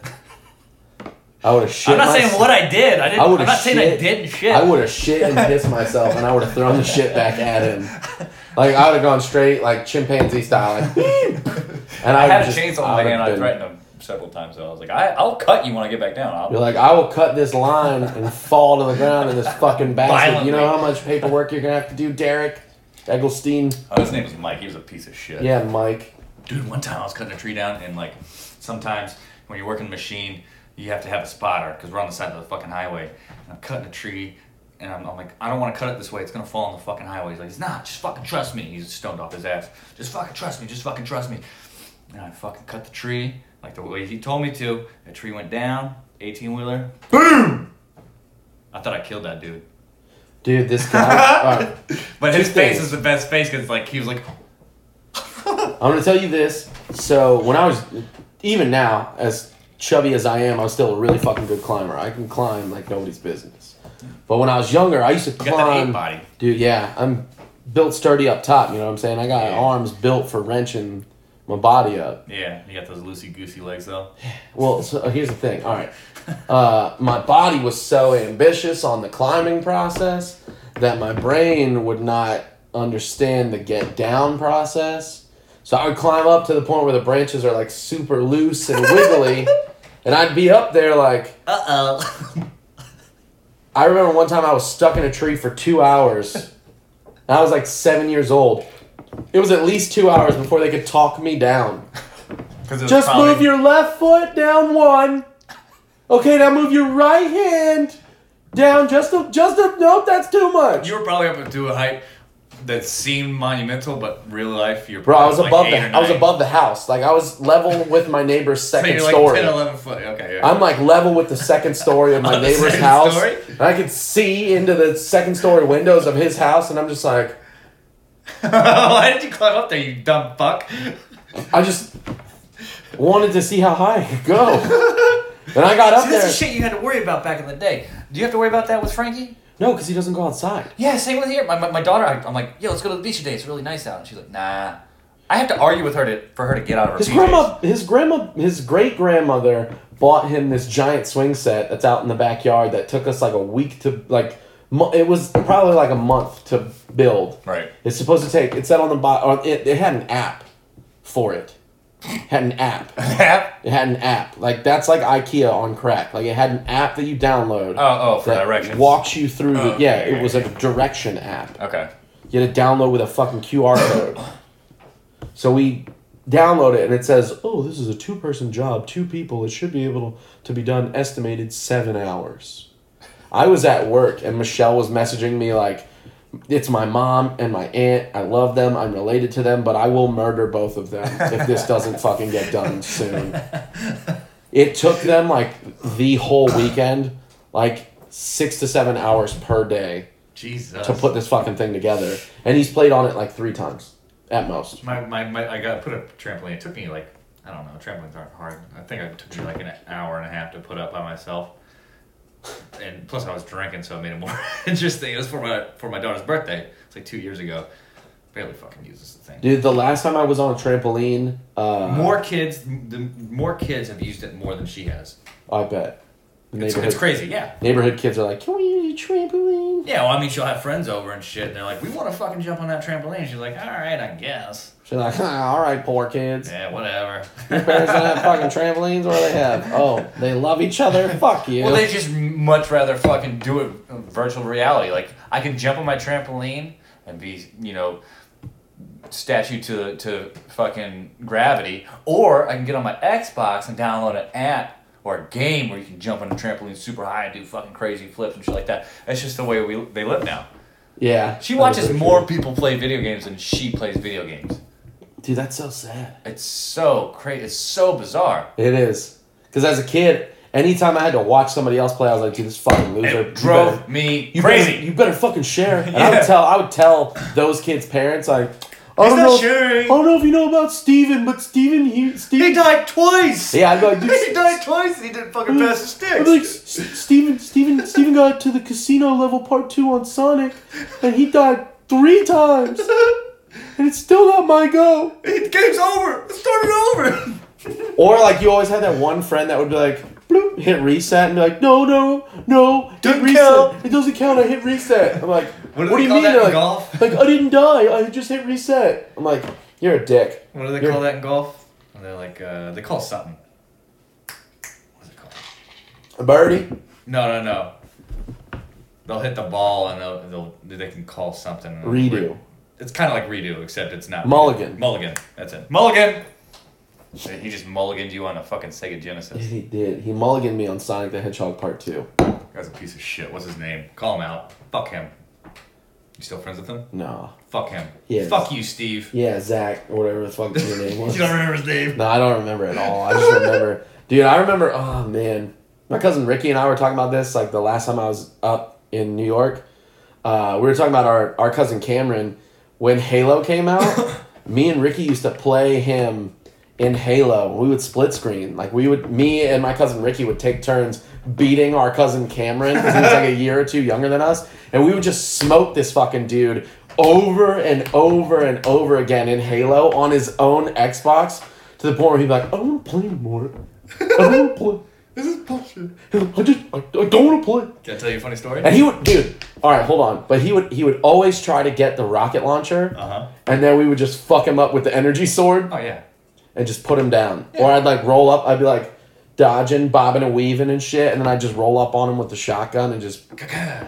[SPEAKER 1] I would have shit.
[SPEAKER 2] I'm not saying
[SPEAKER 1] myself.
[SPEAKER 2] what I did. I didn't.
[SPEAKER 1] I
[SPEAKER 2] I am
[SPEAKER 1] would have
[SPEAKER 2] not
[SPEAKER 1] shit.
[SPEAKER 2] saying I didn't shit.
[SPEAKER 1] I would have shit and pissed myself, and I would have thrown the shit back at him. Like I would have gone straight like chimpanzee style, like, and I,
[SPEAKER 2] I
[SPEAKER 1] would
[SPEAKER 2] had a
[SPEAKER 1] just-
[SPEAKER 2] chainsaw in my
[SPEAKER 1] would
[SPEAKER 2] hand.
[SPEAKER 1] have
[SPEAKER 2] I
[SPEAKER 1] been-
[SPEAKER 2] threatened him several times. Though I was like, I, "I'll cut you when I get back down." I'll,
[SPEAKER 1] You're like, I will cut this line and fall to the ground in this fucking basket.
[SPEAKER 2] Violently.
[SPEAKER 1] You know how much paperwork you're gonna have to do, Derek Egglestein.
[SPEAKER 2] oh, his name was Mike. He was a piece of shit.
[SPEAKER 1] Yeah, Mike.
[SPEAKER 2] Dude, one time I was cutting a tree down, and like sometimes when you're working the machine, you have to have a spotter because we're on the side of the fucking highway. And I'm cutting a tree, and I'm, I'm like, I don't want to cut it this way. It's gonna fall on the fucking highway. He's like, it's not. Just fucking trust me. He's stoned off his ass. Just fucking trust me. Just fucking trust me. And I fucking cut the tree like the way he told me to. The tree went down. 18 wheeler. Boom. I thought I killed that dude.
[SPEAKER 1] Dude, this guy. all right.
[SPEAKER 2] But
[SPEAKER 1] Two
[SPEAKER 2] his face
[SPEAKER 1] things.
[SPEAKER 2] is the best face because like he was like,
[SPEAKER 1] I'm gonna tell you this. So when I was, even now, as chubby as I am, I was still a really fucking good climber. I can climb like nobody's business. But when I was younger, I used to
[SPEAKER 2] got that
[SPEAKER 1] climb.
[SPEAKER 2] ape body.
[SPEAKER 1] Dude, yeah, I'm built sturdy up top. You know what I'm saying? I got
[SPEAKER 2] Yeah.
[SPEAKER 1] arms built for wrenching my body up.
[SPEAKER 2] yeah, you got those loosey goosey legs though.
[SPEAKER 1] Well, so here's the thing. All right, uh, my body was so ambitious on the climbing process that my brain would not understand the get down process. So I would climb up to the point where the branches are like super loose and wiggly, and I'd be up there like
[SPEAKER 2] Uh oh.
[SPEAKER 1] I remember one time I was stuck in a tree for two hours. And I was like seven years old. It was at least two hours before they could talk me down. Just move your left foot down one. Okay, now move your right hand down just a just a nope, that's too much.
[SPEAKER 2] You were probably up to a height that seemed monumental, but real life, you're.
[SPEAKER 1] Bro, I was
[SPEAKER 2] like
[SPEAKER 1] above
[SPEAKER 2] eight or
[SPEAKER 1] the I was
[SPEAKER 2] nine.
[SPEAKER 1] above the house. Like I was level with my neighbor's
[SPEAKER 2] So
[SPEAKER 1] second
[SPEAKER 2] you're like
[SPEAKER 1] story.
[SPEAKER 2] 10, 11 foot. Okay. Yeah.
[SPEAKER 1] I'm like level with the second story of my
[SPEAKER 2] On the
[SPEAKER 1] neighbor's
[SPEAKER 2] second
[SPEAKER 1] house.
[SPEAKER 2] story?
[SPEAKER 1] And I could see into the second story windows of his house and I'm just like
[SPEAKER 2] Why did you climb up there, you dumb fuck?
[SPEAKER 1] I just wanted to see how high I could go. And I got up
[SPEAKER 2] See, this
[SPEAKER 1] there.
[SPEAKER 2] is shit you had to worry about back in the day. Do you have to worry about that with Frankie?
[SPEAKER 1] No, because he doesn't go outside.
[SPEAKER 2] Yeah, same with here. My, my, my daughter, I, I'm like, yo, let's go to the beach today. It's really nice out. And she's like, nah. I have to argue with her to, for her to get out of her
[SPEAKER 1] His
[SPEAKER 2] PJs.
[SPEAKER 1] grandma, his grandma, his great grandmother bought him this giant swing set that's out in the backyard that took us like a week to like. mo- It was probably like a month to build.
[SPEAKER 2] Right.
[SPEAKER 1] It's supposed to take. It said on the bottom. It, it had an app for it. Had an app. It had an app. Like that's like IKEA on crack. Like it had an app that you download.
[SPEAKER 2] Oh, oh, for directions.
[SPEAKER 1] Walks you through. the,
[SPEAKER 2] okay,
[SPEAKER 1] yeah,
[SPEAKER 2] okay,
[SPEAKER 1] it was like a direction app.
[SPEAKER 2] okay.
[SPEAKER 1] You had to download with a fucking QR code. so we download it and it says, "Oh, this is a two-person job, two people. It should be able to be done estimated 7 hours." I was at work and Michelle was messaging me like, "It's my mom and my aunt. I love them. I'm related to them, but I will murder both of them if this doesn't fucking get done soon." It took them like the whole weekend, like 6 to 7 hours per day
[SPEAKER 2] Jesus.
[SPEAKER 1] to put this fucking thing together. And he's played on it like three times at most.
[SPEAKER 2] My, my, my, I got put up a trampoline. It took me like I don't know. Trampolines aren't hard. I think it took me like an hour and a half to put up by myself. And plus, I was drinking, so it made it more interesting. It was for my for my daughter's birthday. It's like two years ago. Barely fucking uses the thing.
[SPEAKER 1] Dude, the last time I was on a trampoline, uh,
[SPEAKER 2] More kids, the more kids have used it more than she has.
[SPEAKER 1] I bet. The
[SPEAKER 2] It's,
[SPEAKER 1] neighborhood,
[SPEAKER 2] it's crazy, yeah.
[SPEAKER 1] neighborhood kids are like, can we use a trampoline?
[SPEAKER 2] Yeah, well, I mean, she'll have friends over and shit. And they're like, "We want to fucking jump on that trampoline." And she's like, "All right, I guess."
[SPEAKER 1] She's like, ah, all right, poor kids.
[SPEAKER 2] Yeah, whatever.
[SPEAKER 1] Parents don't have fucking trampolines. What do they have? Oh, they love each other. Fuck you.
[SPEAKER 2] Well, they just much rather fucking do it in virtual reality. Like I can jump on my trampoline and be, you know, statue to to fucking gravity, or I can get on my Xbox and download an app or a game where you can jump on a trampoline super high and do fucking crazy flips and shit like that. That's just the way we they live now.
[SPEAKER 1] Yeah.
[SPEAKER 4] She
[SPEAKER 1] that
[SPEAKER 4] watches
[SPEAKER 1] is very
[SPEAKER 4] more
[SPEAKER 1] true.
[SPEAKER 4] people play video games than she plays video games.
[SPEAKER 1] Dude, that's so sad.
[SPEAKER 4] It's so crazy. It's so bizarre.
[SPEAKER 1] It is. Because as a kid, anytime I had to watch somebody else play, I was like, dude, this fucking loser.
[SPEAKER 4] It
[SPEAKER 1] You
[SPEAKER 4] drove
[SPEAKER 1] better-
[SPEAKER 4] me
[SPEAKER 1] you
[SPEAKER 4] crazy.
[SPEAKER 1] Better, you better fucking share. And I
[SPEAKER 4] Yeah.
[SPEAKER 1] would tell I would tell those kids' parents like I
[SPEAKER 4] He's
[SPEAKER 1] don't,
[SPEAKER 4] not
[SPEAKER 1] know,
[SPEAKER 4] sharing.
[SPEAKER 1] I don't know if you know about Steven, but Steven he Steven
[SPEAKER 4] he died twice.
[SPEAKER 1] Yeah, I'd be like, dude,
[SPEAKER 4] He died twice. He didn't fucking pass the
[SPEAKER 1] I'd be like,
[SPEAKER 4] sticks.
[SPEAKER 1] "S- S- Steven, Steven, Steven got to the casino level part two on Sonic, and he died three times, and it's still not my go.
[SPEAKER 4] The game's over. Let's start it over.
[SPEAKER 1] Or like you always had that one friend that would be like, bloop, hit reset, and be like, no, no, no, hit
[SPEAKER 4] Doesn't
[SPEAKER 1] reset.
[SPEAKER 4] count."
[SPEAKER 1] It doesn't count. I hit reset. I'm like, what
[SPEAKER 2] What
[SPEAKER 1] do, you
[SPEAKER 2] do they call
[SPEAKER 1] mean?
[SPEAKER 2] that in
[SPEAKER 1] They're like,
[SPEAKER 2] golf?
[SPEAKER 1] like, uh, I didn't die. I just hit reset. I'm like, you're a dick.
[SPEAKER 2] What do they
[SPEAKER 1] You're-
[SPEAKER 2] call that in golf? And they're like, uh, they call something. What's it called?
[SPEAKER 1] A birdie.
[SPEAKER 2] No, no, no. They'll hit the ball and they'll, they'll they can call something.
[SPEAKER 1] Redo.
[SPEAKER 2] It's kind of like redo, except it's not.
[SPEAKER 1] Mulligan.
[SPEAKER 2] Mulligan. That's it. Mulligan.
[SPEAKER 4] He just mulliganed you on a fucking Sega Genesis.
[SPEAKER 1] He did. He mulliganed me on Sonic the Hedgehog Part Two.
[SPEAKER 2] Guy's a piece of shit. What's his name? Call him out. Fuck him. You still friends with him?
[SPEAKER 1] No.
[SPEAKER 2] Fuck him.
[SPEAKER 1] Yes.
[SPEAKER 2] Fuck you, Steve.
[SPEAKER 1] Yeah, Zach or whatever the fuck your name was.
[SPEAKER 2] You don't remember his name?
[SPEAKER 1] No, I don't remember at all. I just remember, dude. I remember. Oh man, my cousin Ricky and I were talking about this like the last time I was up in New York. Uh, we were talking about our our cousin Cameron when Halo came out. me and Ricky used to play him in Halo. We would split screen. Like we would, me and my cousin Ricky would take turns beating our cousin Cameron because he was like a year or two younger than us, and we would just smoke this fucking dude. Over and over and over again in Halo on his own Xbox to the point where he'd be like, I don't want to play anymore. I don't want
[SPEAKER 2] This is bullshit.
[SPEAKER 1] to play. I just, I, I don't want to play.
[SPEAKER 2] Can I tell you a funny story?
[SPEAKER 1] And he would, dude. All right, hold on. But he would, he would always try to get the rocket launcher,
[SPEAKER 2] Uh-huh.
[SPEAKER 1] and then we would just fuck him up with the energy sword
[SPEAKER 2] Oh yeah.
[SPEAKER 1] and just put him down. Or I'd like roll up. I'd be like dodging, bobbing, and weaving and shit, and then I'd just roll up on him with the shotgun and just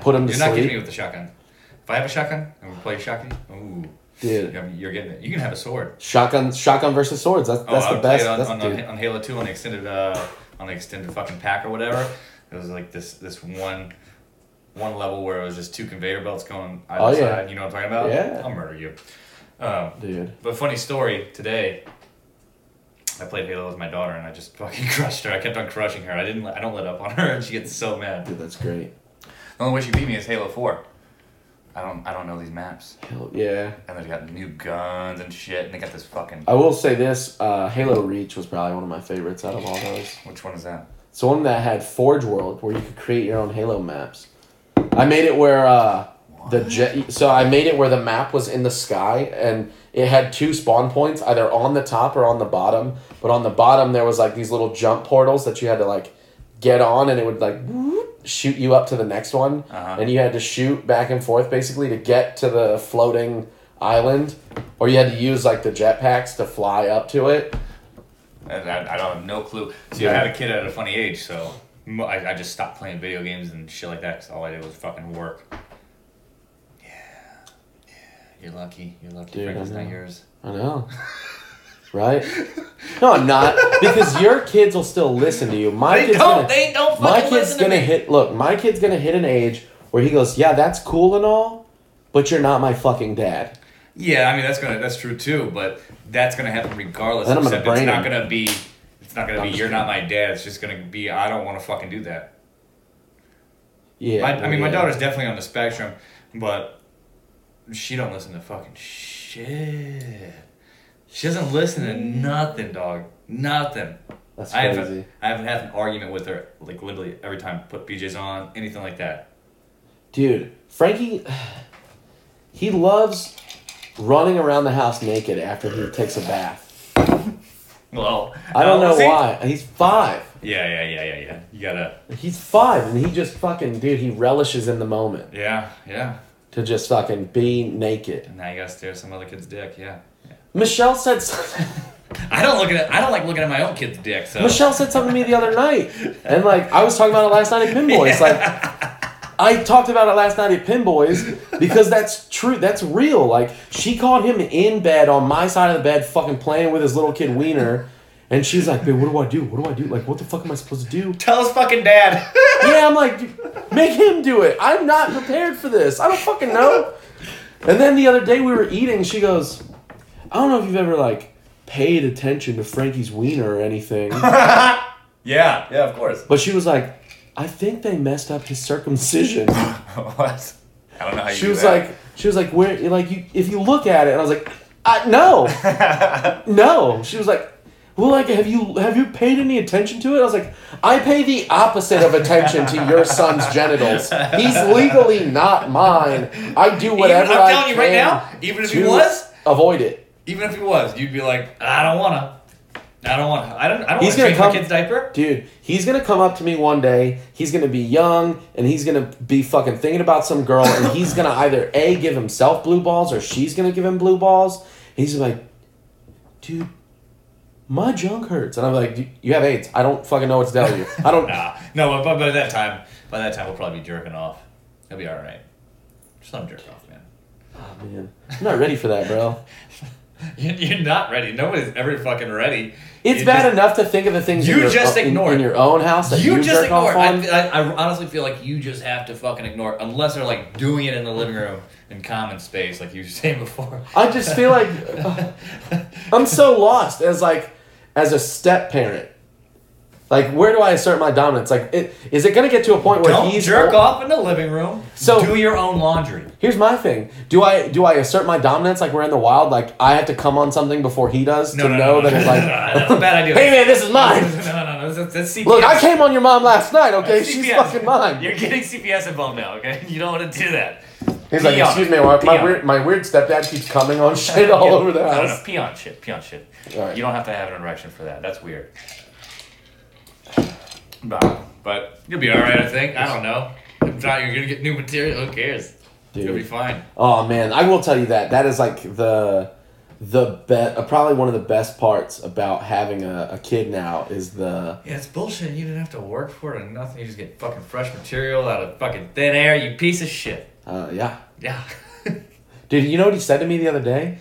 [SPEAKER 1] put him to
[SPEAKER 2] You're not
[SPEAKER 1] sleep.
[SPEAKER 2] getting me with the shotgun. If I have a shotgun, I'm gonna play shotgun. Ooh.
[SPEAKER 1] Dude.
[SPEAKER 2] You're- You're getting it. You can have a sword.
[SPEAKER 1] Shotgun, shotgun versus swords. That's
[SPEAKER 2] Oh,
[SPEAKER 1] that's
[SPEAKER 2] I
[SPEAKER 1] the
[SPEAKER 2] would play
[SPEAKER 1] best.
[SPEAKER 2] it on,
[SPEAKER 1] that's,
[SPEAKER 2] on,
[SPEAKER 1] dude.
[SPEAKER 2] on, on Halo Two on the extended uh, on the extended fucking pack or whatever. It was like this this one one level where it was just two conveyor belts going either
[SPEAKER 1] Oh, yeah.
[SPEAKER 2] side. You know what I'm talking about?
[SPEAKER 1] Yeah.
[SPEAKER 2] I'll murder you. Um,
[SPEAKER 1] Dude.
[SPEAKER 2] but funny story today. I played Halo with my daughter and I just fucking crushed her. I kept on crushing her. I didn't. let- I don't let up on her, and she gets so mad.
[SPEAKER 1] Dude, that's great.
[SPEAKER 4] The only way she beat me is Halo Four. I don't. I don't know these maps.
[SPEAKER 1] Hell yeah.
[SPEAKER 4] And they got new guns and shit. And they got this fucking.
[SPEAKER 1] I will say this: uh, Halo Reach was probably one of my favorites out of all those.
[SPEAKER 4] Which one is that?
[SPEAKER 1] It's the one that had Forge World, where you could create your own Halo maps. I made it where uh, the jet. So I made it where the map was in the sky, and it had two spawn points, either on the top or on the bottom. But on the bottom, there was like these little jump portals that you had to like get on, and it would like whoop, shoot you up to the next one,
[SPEAKER 4] Uh-huh.
[SPEAKER 1] and you had to shoot back and forth basically to get to the floating island, or you had to use like the jetpacks to fly up to it.
[SPEAKER 4] And I, I don't have no clue.
[SPEAKER 2] See, I had a kid at a funny age, so mo- I, I just stopped playing video games and shit like that 'cause all I did was fucking work. Yeah, yeah. You're lucky. You're lucky.
[SPEAKER 1] Dude,
[SPEAKER 2] Franklin's
[SPEAKER 1] I
[SPEAKER 2] not
[SPEAKER 1] know.
[SPEAKER 2] yours.
[SPEAKER 1] I know. Right? No, I'm not. Because your kids will still listen to you. My kids gonna,
[SPEAKER 2] They don't.
[SPEAKER 1] my kid's gonna hit look, my kid's gonna hit an age where he goes, Yeah, that's cool and all, but you're not my fucking dad.
[SPEAKER 2] Yeah, I mean that's gonna that's true too, but that's gonna happen regardless.
[SPEAKER 1] Then I'm gonna
[SPEAKER 2] except it's
[SPEAKER 1] brain
[SPEAKER 2] not
[SPEAKER 1] him.
[SPEAKER 2] gonna be. It's not gonna
[SPEAKER 1] I'm
[SPEAKER 2] be.
[SPEAKER 1] just
[SPEAKER 2] You're not my dad. It's just gonna be. I don't want to fucking do that.
[SPEAKER 1] Yeah.
[SPEAKER 2] My, I mean, my
[SPEAKER 1] yeah.
[SPEAKER 2] daughter's definitely on the spectrum, but she don't listen to fucking shit. She doesn't listen to nothing, dog. Nothing.
[SPEAKER 1] That's
[SPEAKER 2] I
[SPEAKER 1] crazy.
[SPEAKER 2] haven't, I haven't had an argument with her, like literally every time. Put BJ's on, anything like that.
[SPEAKER 1] Dude, Frankie he loves running around the house naked after he takes a bath.
[SPEAKER 2] Well,
[SPEAKER 1] I don't
[SPEAKER 2] no,
[SPEAKER 1] know
[SPEAKER 2] see-
[SPEAKER 1] why. He's five.
[SPEAKER 2] Yeah, yeah, yeah, yeah, yeah. You gotta.
[SPEAKER 1] He's five and he just fucking dude, he relishes in the moment
[SPEAKER 2] Yeah, yeah.
[SPEAKER 1] to just fucking be naked.
[SPEAKER 2] And now you gotta stare at some other kid's dick. Yeah.
[SPEAKER 1] Michelle said something
[SPEAKER 2] I don't look at. I don't like looking at my own kid's dick. So.
[SPEAKER 1] Michelle said something to me the other night, and like I was talking about it last night at Pinboys. Like I talked about it last night at Pinboys because that's true. That's real. Like she caught him in bed on my side of the bed, fucking playing with his little kid wiener, and she's like, "Babe, what do I do? What do I do? Like, what the fuck am I supposed to do?"
[SPEAKER 2] Tell us, fucking dad.
[SPEAKER 1] yeah, I'm like, make him do it. I'm not prepared for this. I don't fucking know. And then the other day we were eating, she goes, I don't know if you've ever like paid attention to Frankie's wiener or anything,
[SPEAKER 5] Yeah, yeah, of course.
[SPEAKER 1] but she was like, I think they messed up his circumcision.
[SPEAKER 5] what? I don't know how you.
[SPEAKER 1] She
[SPEAKER 5] do
[SPEAKER 1] was
[SPEAKER 5] that.
[SPEAKER 1] like, she was like, where, like you, if you look at it, and I was like, I, no, no. She was like, well, like, have you have you paid any attention to it? I was like, I pay the opposite of attention to your son's genitals. He's legally not mine. I do whatever
[SPEAKER 2] I'm
[SPEAKER 1] I
[SPEAKER 2] telling you
[SPEAKER 1] can
[SPEAKER 2] right now, even if he
[SPEAKER 1] to
[SPEAKER 2] was?
[SPEAKER 1] avoid it.
[SPEAKER 2] Even if he was, you'd be like, I don't wanna. I don't wanna. I don't. I don't
[SPEAKER 1] He's gonna
[SPEAKER 2] wanna change
[SPEAKER 1] come-
[SPEAKER 2] my kid's diaper.
[SPEAKER 1] Dude, he's gonna come up to me one day. He's gonna be young, and he's gonna be fucking thinking about some girl, and he's gonna either a give himself blue balls, or she's gonna give him blue balls. He's like, dude, my junk hurts, and I'm like, "Dude, you have AIDS. I don't fucking know what to tell you. I don't.
[SPEAKER 2] Nah, no. But, but by that time, by that time, we'll probably be jerking off. He'll be all right. Just let him jerk off, man.
[SPEAKER 1] Oh, Man, I'm not ready for that, bro.
[SPEAKER 2] You- You're not ready. Nobody's ever fucking ready.
[SPEAKER 1] It's
[SPEAKER 2] You
[SPEAKER 1] bad
[SPEAKER 2] just-
[SPEAKER 1] enough to think of the things
[SPEAKER 2] You
[SPEAKER 1] in your,
[SPEAKER 2] just
[SPEAKER 1] in-
[SPEAKER 2] ignore
[SPEAKER 1] in,
[SPEAKER 2] it.
[SPEAKER 1] your own house that you,
[SPEAKER 2] You just
[SPEAKER 1] jerk
[SPEAKER 2] ignore.
[SPEAKER 1] off
[SPEAKER 2] it. I,
[SPEAKER 1] on.
[SPEAKER 2] I, I honestly feel like you just have to fucking ignore, it, unless they're like doing it in the living room in common space, like you were saying before.
[SPEAKER 1] I just feel like ugh, I'm so lost as like as a step parent. Like where do I assert my dominance? Like it, is it going to get to a point where
[SPEAKER 2] Don't
[SPEAKER 1] he's
[SPEAKER 2] jerk off in the living room.
[SPEAKER 1] So-
[SPEAKER 2] do your own laundry.
[SPEAKER 1] Here's my thing. Do I do I assert my dominance like we're in the wild like I have to come on something before he does to know that it's like
[SPEAKER 2] that's a bad idea.
[SPEAKER 1] Hey man, this is
[SPEAKER 2] no,
[SPEAKER 1] mine.
[SPEAKER 2] no, no, no. That's, that's CPS.
[SPEAKER 1] Look, I came on your mom last night, okay?
[SPEAKER 2] That's
[SPEAKER 1] She's
[SPEAKER 2] CPS.
[SPEAKER 1] fucking mine.
[SPEAKER 2] You're getting CPS involved now, okay? You don't want to do that.
[SPEAKER 1] He's like,
[SPEAKER 2] Pee on
[SPEAKER 1] excuse
[SPEAKER 2] it.
[SPEAKER 1] me, my,
[SPEAKER 2] Pee
[SPEAKER 1] my
[SPEAKER 2] on it.
[SPEAKER 1] weird my weird stepdad keeps coming on shit all
[SPEAKER 2] Yeah.
[SPEAKER 1] over the
[SPEAKER 5] No, no, no,
[SPEAKER 1] house.
[SPEAKER 5] pee on shit, pee on shit.
[SPEAKER 1] Alright.
[SPEAKER 5] You don't have to have an erection for that. That's weird. Nah, but
[SPEAKER 2] You'll be all right, I think. I don't know. If not, you're gonna get new material. Who cares? You'll be
[SPEAKER 1] Dude.
[SPEAKER 2] fine.
[SPEAKER 1] Oh man, I will tell you that that is like the the be- uh, probably one of the best parts about having a, a kid now is the
[SPEAKER 2] Yeah, it's bullshit. You didn't have to work for it or nothing. You just get fucking fresh material out of fucking thin air. You piece of shit.
[SPEAKER 1] uh, yeah
[SPEAKER 2] Yeah.
[SPEAKER 1] dude you know what he said to me the other day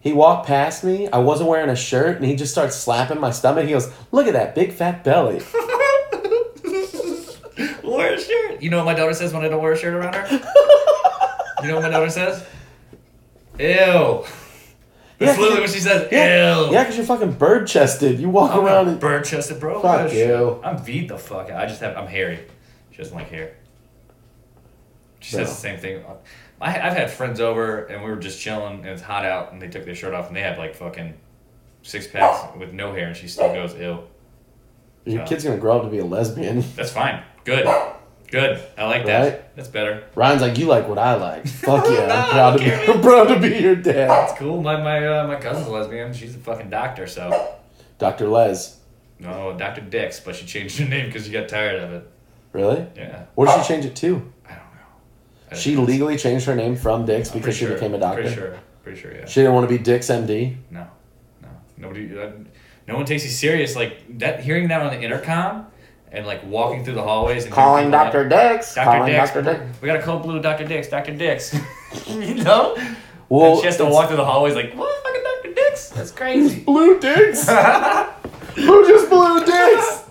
[SPEAKER 1] he walked past me i wasn't wearing a shirt and he just starts slapping my stomach he goes look at that big fat belly
[SPEAKER 2] wear a shirt. You know what my daughter says when I don't wear a shirt around her? you know what my daughter says? Ew. That's literally what she says.
[SPEAKER 1] yeah
[SPEAKER 2] Ew.
[SPEAKER 1] yeah because you're fucking bird chested you walk
[SPEAKER 2] I'm
[SPEAKER 1] around
[SPEAKER 2] not
[SPEAKER 1] and
[SPEAKER 2] bird chested, bro.
[SPEAKER 1] Fuck
[SPEAKER 2] That shit-
[SPEAKER 1] you.
[SPEAKER 2] I'm V'd the fuck out. I just have, I'm hairy. She doesn't like hair. She says
[SPEAKER 1] No.
[SPEAKER 2] the same thing. I, I've had friends over and we were just chilling and it's hot out and they took their shirt off and they had like fucking six packs with no hair and she still goes, ew.
[SPEAKER 1] your kid's gonna grow up to be a lesbian
[SPEAKER 2] That's fine. Good. Good. I like that.
[SPEAKER 1] Right?
[SPEAKER 2] That's better.
[SPEAKER 1] ryan's like you like what i like fuck yeah i'm
[SPEAKER 2] Nah,
[SPEAKER 1] proud to be
[SPEAKER 2] Gary.
[SPEAKER 1] i'm proud to be your dad
[SPEAKER 2] It's cool. My my uh, my cousin's a lesbian. She's a fucking doctor, so
[SPEAKER 1] dr les
[SPEAKER 2] no, Doctor Dix, but she changed her name because she got tired of it.
[SPEAKER 1] really
[SPEAKER 2] Yeah,
[SPEAKER 1] what did she change it to
[SPEAKER 2] I don't know.
[SPEAKER 1] She legally changed her name from Dix because she became a doctor.
[SPEAKER 2] Pretty sure. Pretty sure. Yeah.
[SPEAKER 1] She didn't want to be Dix MD.
[SPEAKER 2] No. No. Nobody. Uh, no one takes you serious like that. Hearing that on the intercom and like walking through the hallways and
[SPEAKER 1] Calling
[SPEAKER 2] hearing people
[SPEAKER 1] Dr.
[SPEAKER 2] like,
[SPEAKER 1] Dix.
[SPEAKER 2] Dr.
[SPEAKER 1] Calling
[SPEAKER 2] Dix.
[SPEAKER 1] Dr. Dix.
[SPEAKER 2] We got a cold blue Dr. Dix. Dr. Dix. you know.
[SPEAKER 1] Well,
[SPEAKER 2] and she has to
[SPEAKER 1] it's-
[SPEAKER 2] walk through the hallways like what fucking Dr. Dix. That's crazy.
[SPEAKER 1] Blue Dix. Who just blew Dix?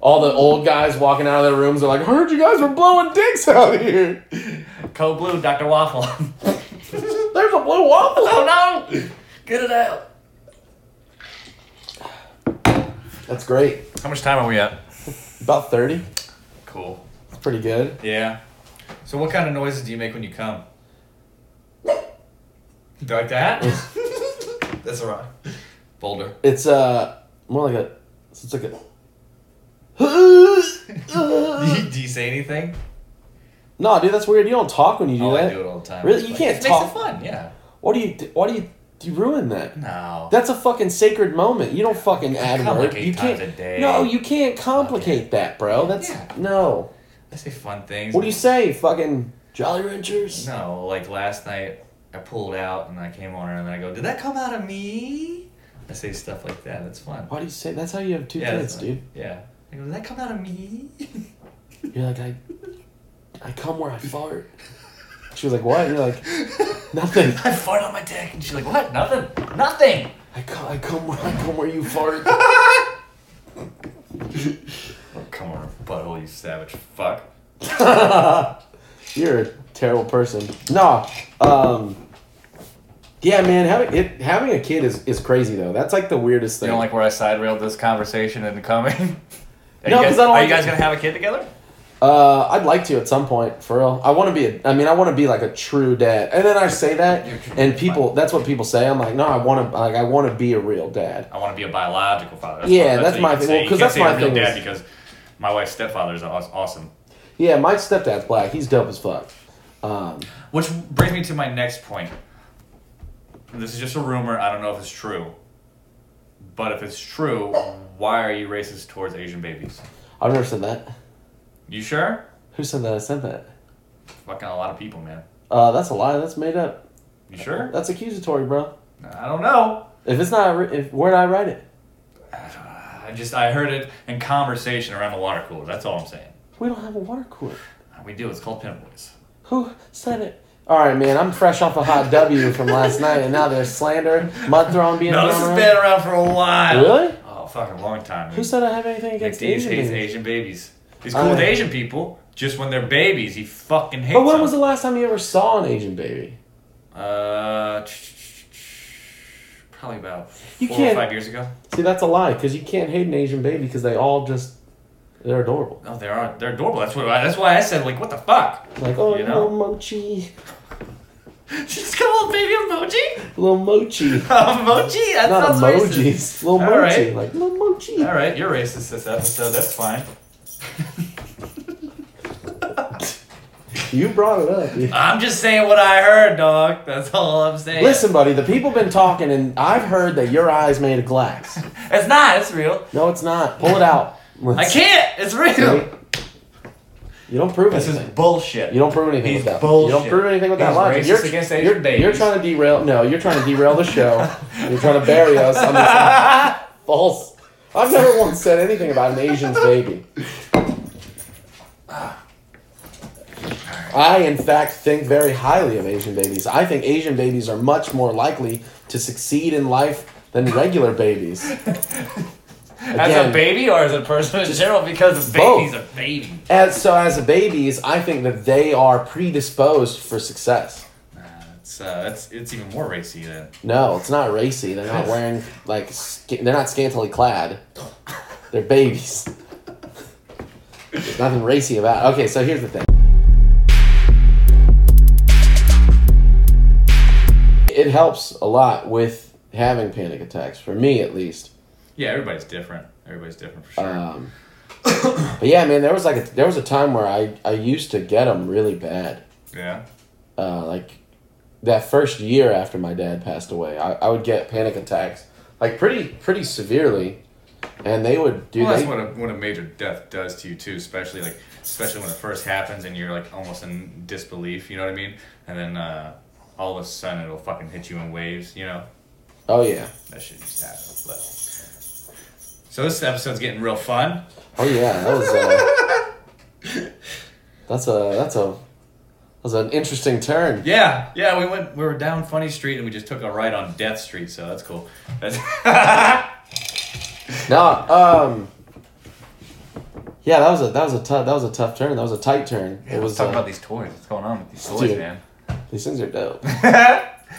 [SPEAKER 1] All the old guys walking out of their rooms are like, heard you guys were blowing dicks out here.
[SPEAKER 2] Cold blue Dr. Waffle.
[SPEAKER 1] There's a blue waffle.
[SPEAKER 2] oh no! Get it out.
[SPEAKER 1] That's great.
[SPEAKER 5] how much time are we at?
[SPEAKER 1] About 30.
[SPEAKER 2] Cool.
[SPEAKER 1] That's pretty good.
[SPEAKER 2] Yeah. So what kind of noises do you make when you come? You like that? That's a rock. Boulder.
[SPEAKER 1] It's uh more like a it's like a Uh,
[SPEAKER 2] Do you, do you say anything?
[SPEAKER 1] No, dude, that's weird. You don't talk when you do
[SPEAKER 2] Oh,
[SPEAKER 1] that.
[SPEAKER 2] I do it all the time.
[SPEAKER 1] Really?
[SPEAKER 2] It's
[SPEAKER 1] You
[SPEAKER 2] like-
[SPEAKER 1] can't
[SPEAKER 2] it
[SPEAKER 1] talk.
[SPEAKER 2] Makes it fun. Yeah.
[SPEAKER 1] Why do you why do you do you ruin that?
[SPEAKER 2] No.
[SPEAKER 1] That's a fucking sacred moment. You don't fucking add word.
[SPEAKER 2] Complicate
[SPEAKER 1] You
[SPEAKER 2] times
[SPEAKER 1] can't.
[SPEAKER 2] a day.
[SPEAKER 1] No, you can't complicate that, bro. That's
[SPEAKER 2] Yeah.
[SPEAKER 1] no.
[SPEAKER 2] I say fun things.
[SPEAKER 1] What do you say? Fucking Jolly Ranchers.
[SPEAKER 2] No, like last night I pulled out and I came on her and I go, did that come out of me? I say stuff like that. That's fun.
[SPEAKER 1] Why do you say? That's how you have two
[SPEAKER 2] Yeah,
[SPEAKER 1] kids,
[SPEAKER 2] that's
[SPEAKER 1] dude.
[SPEAKER 2] fun. Yeah. I go, did that come out of me?
[SPEAKER 1] You're like I. I come where I fart. She was like, "What?" And you're like, "Nothing.
[SPEAKER 2] I fart on my dick. And she's like, what? Nothing. Nothing. Oh,
[SPEAKER 1] I come. I come where I come where you fart."
[SPEAKER 6] Come on, butthole, you savage fuck.
[SPEAKER 1] You're a terrible person. No. Um, yeah, man, having it having a kid is, is crazy though. That's like the weirdest
[SPEAKER 2] You
[SPEAKER 1] thing.
[SPEAKER 2] don't like where I side railed this conversation into coming? Are
[SPEAKER 1] No,
[SPEAKER 2] you guys,
[SPEAKER 1] 'cause I don't
[SPEAKER 2] Are
[SPEAKER 1] like
[SPEAKER 2] you guys
[SPEAKER 1] it.
[SPEAKER 2] gonna have a kid together?
[SPEAKER 1] uh, I'd like to at some point, for real. I want to be. A, I mean, I want to be like a true dad. And then I say that,
[SPEAKER 6] You're a true
[SPEAKER 1] and people. That's what people say. I'm like, no, I want to. Like, I want to be a real dad.
[SPEAKER 2] I want to be a biological father.
[SPEAKER 1] Yeah,
[SPEAKER 2] what-
[SPEAKER 1] that's
[SPEAKER 2] what you
[SPEAKER 1] my
[SPEAKER 2] can
[SPEAKER 1] thing.
[SPEAKER 2] say.
[SPEAKER 1] Well,
[SPEAKER 2] You
[SPEAKER 1] 'cause
[SPEAKER 2] can't
[SPEAKER 1] that's
[SPEAKER 2] say
[SPEAKER 1] my
[SPEAKER 2] a real
[SPEAKER 1] thing
[SPEAKER 2] Dad,
[SPEAKER 1] is-
[SPEAKER 2] because my wife's stepfather is aw- awesome.
[SPEAKER 1] Yeah, my stepdad's black. He's dope as fuck. Um,
[SPEAKER 2] Which brings me to my next point. This is just a rumor. I don't know if it's true. But if it's true, why are you racist towards Asian babies?
[SPEAKER 1] I've never said that.
[SPEAKER 2] You sure?
[SPEAKER 1] Who said that? I said that.
[SPEAKER 2] Fucking a lot of people, man.
[SPEAKER 1] Uh, that's a lie. That's made up.
[SPEAKER 2] You sure?
[SPEAKER 1] That's accusatory, bro.
[SPEAKER 2] I don't know.
[SPEAKER 1] If it's not, re- if where'd I write it?
[SPEAKER 2] I just I heard it in conversation around the water cooler. That's all I'm saying.
[SPEAKER 1] We don't have a water cooler.
[SPEAKER 2] We do. It's called Pinboys.
[SPEAKER 1] Who said it? All right, man. I'm fresh off a hot W from last night, and now there's slander, mud throwing being
[SPEAKER 2] No,
[SPEAKER 1] thrown
[SPEAKER 2] this has
[SPEAKER 1] around.
[SPEAKER 2] been around for a while.
[SPEAKER 1] Really?
[SPEAKER 2] Oh, fucking long time.
[SPEAKER 1] Who said I have anything
[SPEAKER 2] Nick
[SPEAKER 1] against
[SPEAKER 2] Dees
[SPEAKER 1] Asian
[SPEAKER 2] hates
[SPEAKER 1] babies?
[SPEAKER 2] Asian babies. He's cool
[SPEAKER 1] I-
[SPEAKER 2] with Asian people, just when they're babies, he fucking hates
[SPEAKER 1] But when
[SPEAKER 2] them.
[SPEAKER 1] was the last time you ever saw an Asian baby?
[SPEAKER 2] Uh, probably about
[SPEAKER 1] You
[SPEAKER 2] four or
[SPEAKER 1] can't-
[SPEAKER 2] five years ago.
[SPEAKER 1] See, that's a lie because you can't hate an Asian baby because they all just they're adorable.
[SPEAKER 2] No, they are. Oh, They're adorable. That's what. I, that's why I said like, what the fuck?
[SPEAKER 1] Like oh,
[SPEAKER 2] You know?
[SPEAKER 1] little mochi,
[SPEAKER 2] She's called baby emoji.
[SPEAKER 1] little mochi.
[SPEAKER 2] Emoji. That
[SPEAKER 1] Not
[SPEAKER 2] sounds
[SPEAKER 1] emojis,
[SPEAKER 2] racist.
[SPEAKER 1] little
[SPEAKER 2] All
[SPEAKER 1] mochi,
[SPEAKER 2] right.
[SPEAKER 1] like little mochi.
[SPEAKER 2] All right, you're racist this episode. That's fine.
[SPEAKER 1] You brought it up. dude.
[SPEAKER 2] I'm just saying what I heard, dog. That's all I'm saying.
[SPEAKER 1] Listen, buddy, the people been talking, and I've heard that your eyes made of glass.
[SPEAKER 2] it's not. It's real.
[SPEAKER 1] No, it's not. Pull it out.
[SPEAKER 2] I can't. It's real.
[SPEAKER 1] You don't prove
[SPEAKER 2] This is
[SPEAKER 1] anything.
[SPEAKER 2] bullshit.
[SPEAKER 1] You don't prove anything
[SPEAKER 2] He's
[SPEAKER 1] with that.
[SPEAKER 2] bullshit.
[SPEAKER 1] You don't prove anything with that
[SPEAKER 2] He's
[SPEAKER 1] logic.
[SPEAKER 2] racist
[SPEAKER 1] You're,
[SPEAKER 2] against Asian
[SPEAKER 1] you're,
[SPEAKER 2] babies.
[SPEAKER 1] you're trying to derail. No, you're trying to derail the show. you're trying to bury us. on this false. I've never once said anything about an Asian's baby. I, in fact, think very highly of Asian babies. I think Asian babies are much more likely to succeed in life than regular babies.
[SPEAKER 2] As a
[SPEAKER 1] Again.
[SPEAKER 2] baby or as a person in general? Because babies are babies.
[SPEAKER 1] As so as a babies, I think that they are predisposed for success.
[SPEAKER 2] It's, uh, it's, it's even more racy than.
[SPEAKER 1] No, it's not racy. They're not wearing like sca- they're not scantily clad. They're babies. There's nothing racy about. It. Okay, so here's the thing. It helps a lot with having panic attacks for me at least.
[SPEAKER 2] Yeah, everybody's different. Everybody's different for sure.
[SPEAKER 1] Um, but yeah, man, there was like a, there was a time where I I used to get them really bad.
[SPEAKER 2] yeah.
[SPEAKER 1] uh, like that first year after my dad passed away, I, I would get panic attacks like pretty pretty severely, and they would do
[SPEAKER 2] Well, that's
[SPEAKER 1] they-
[SPEAKER 2] what a, what a major death does to you too, especially like especially when it first happens and you're like almost in disbelief. You know what I mean? And then uh, all of a sudden it'll fucking hit you in waves. You know
[SPEAKER 1] oh yeah
[SPEAKER 2] that shit just happens. But so this episode's getting real fun.
[SPEAKER 1] oh yeah that was uh, that's a that's a that was an interesting turn.
[SPEAKER 2] Yeah, yeah. We went we were down Funny Street and we just took a ride on Death Street. So that's cool. That's
[SPEAKER 1] No, um, yeah, that was a that was a tough that was a tough turn. That was a tight turn. it was uh,
[SPEAKER 2] these toys. What's going on with these
[SPEAKER 1] toys, Dude. man? these things are dope.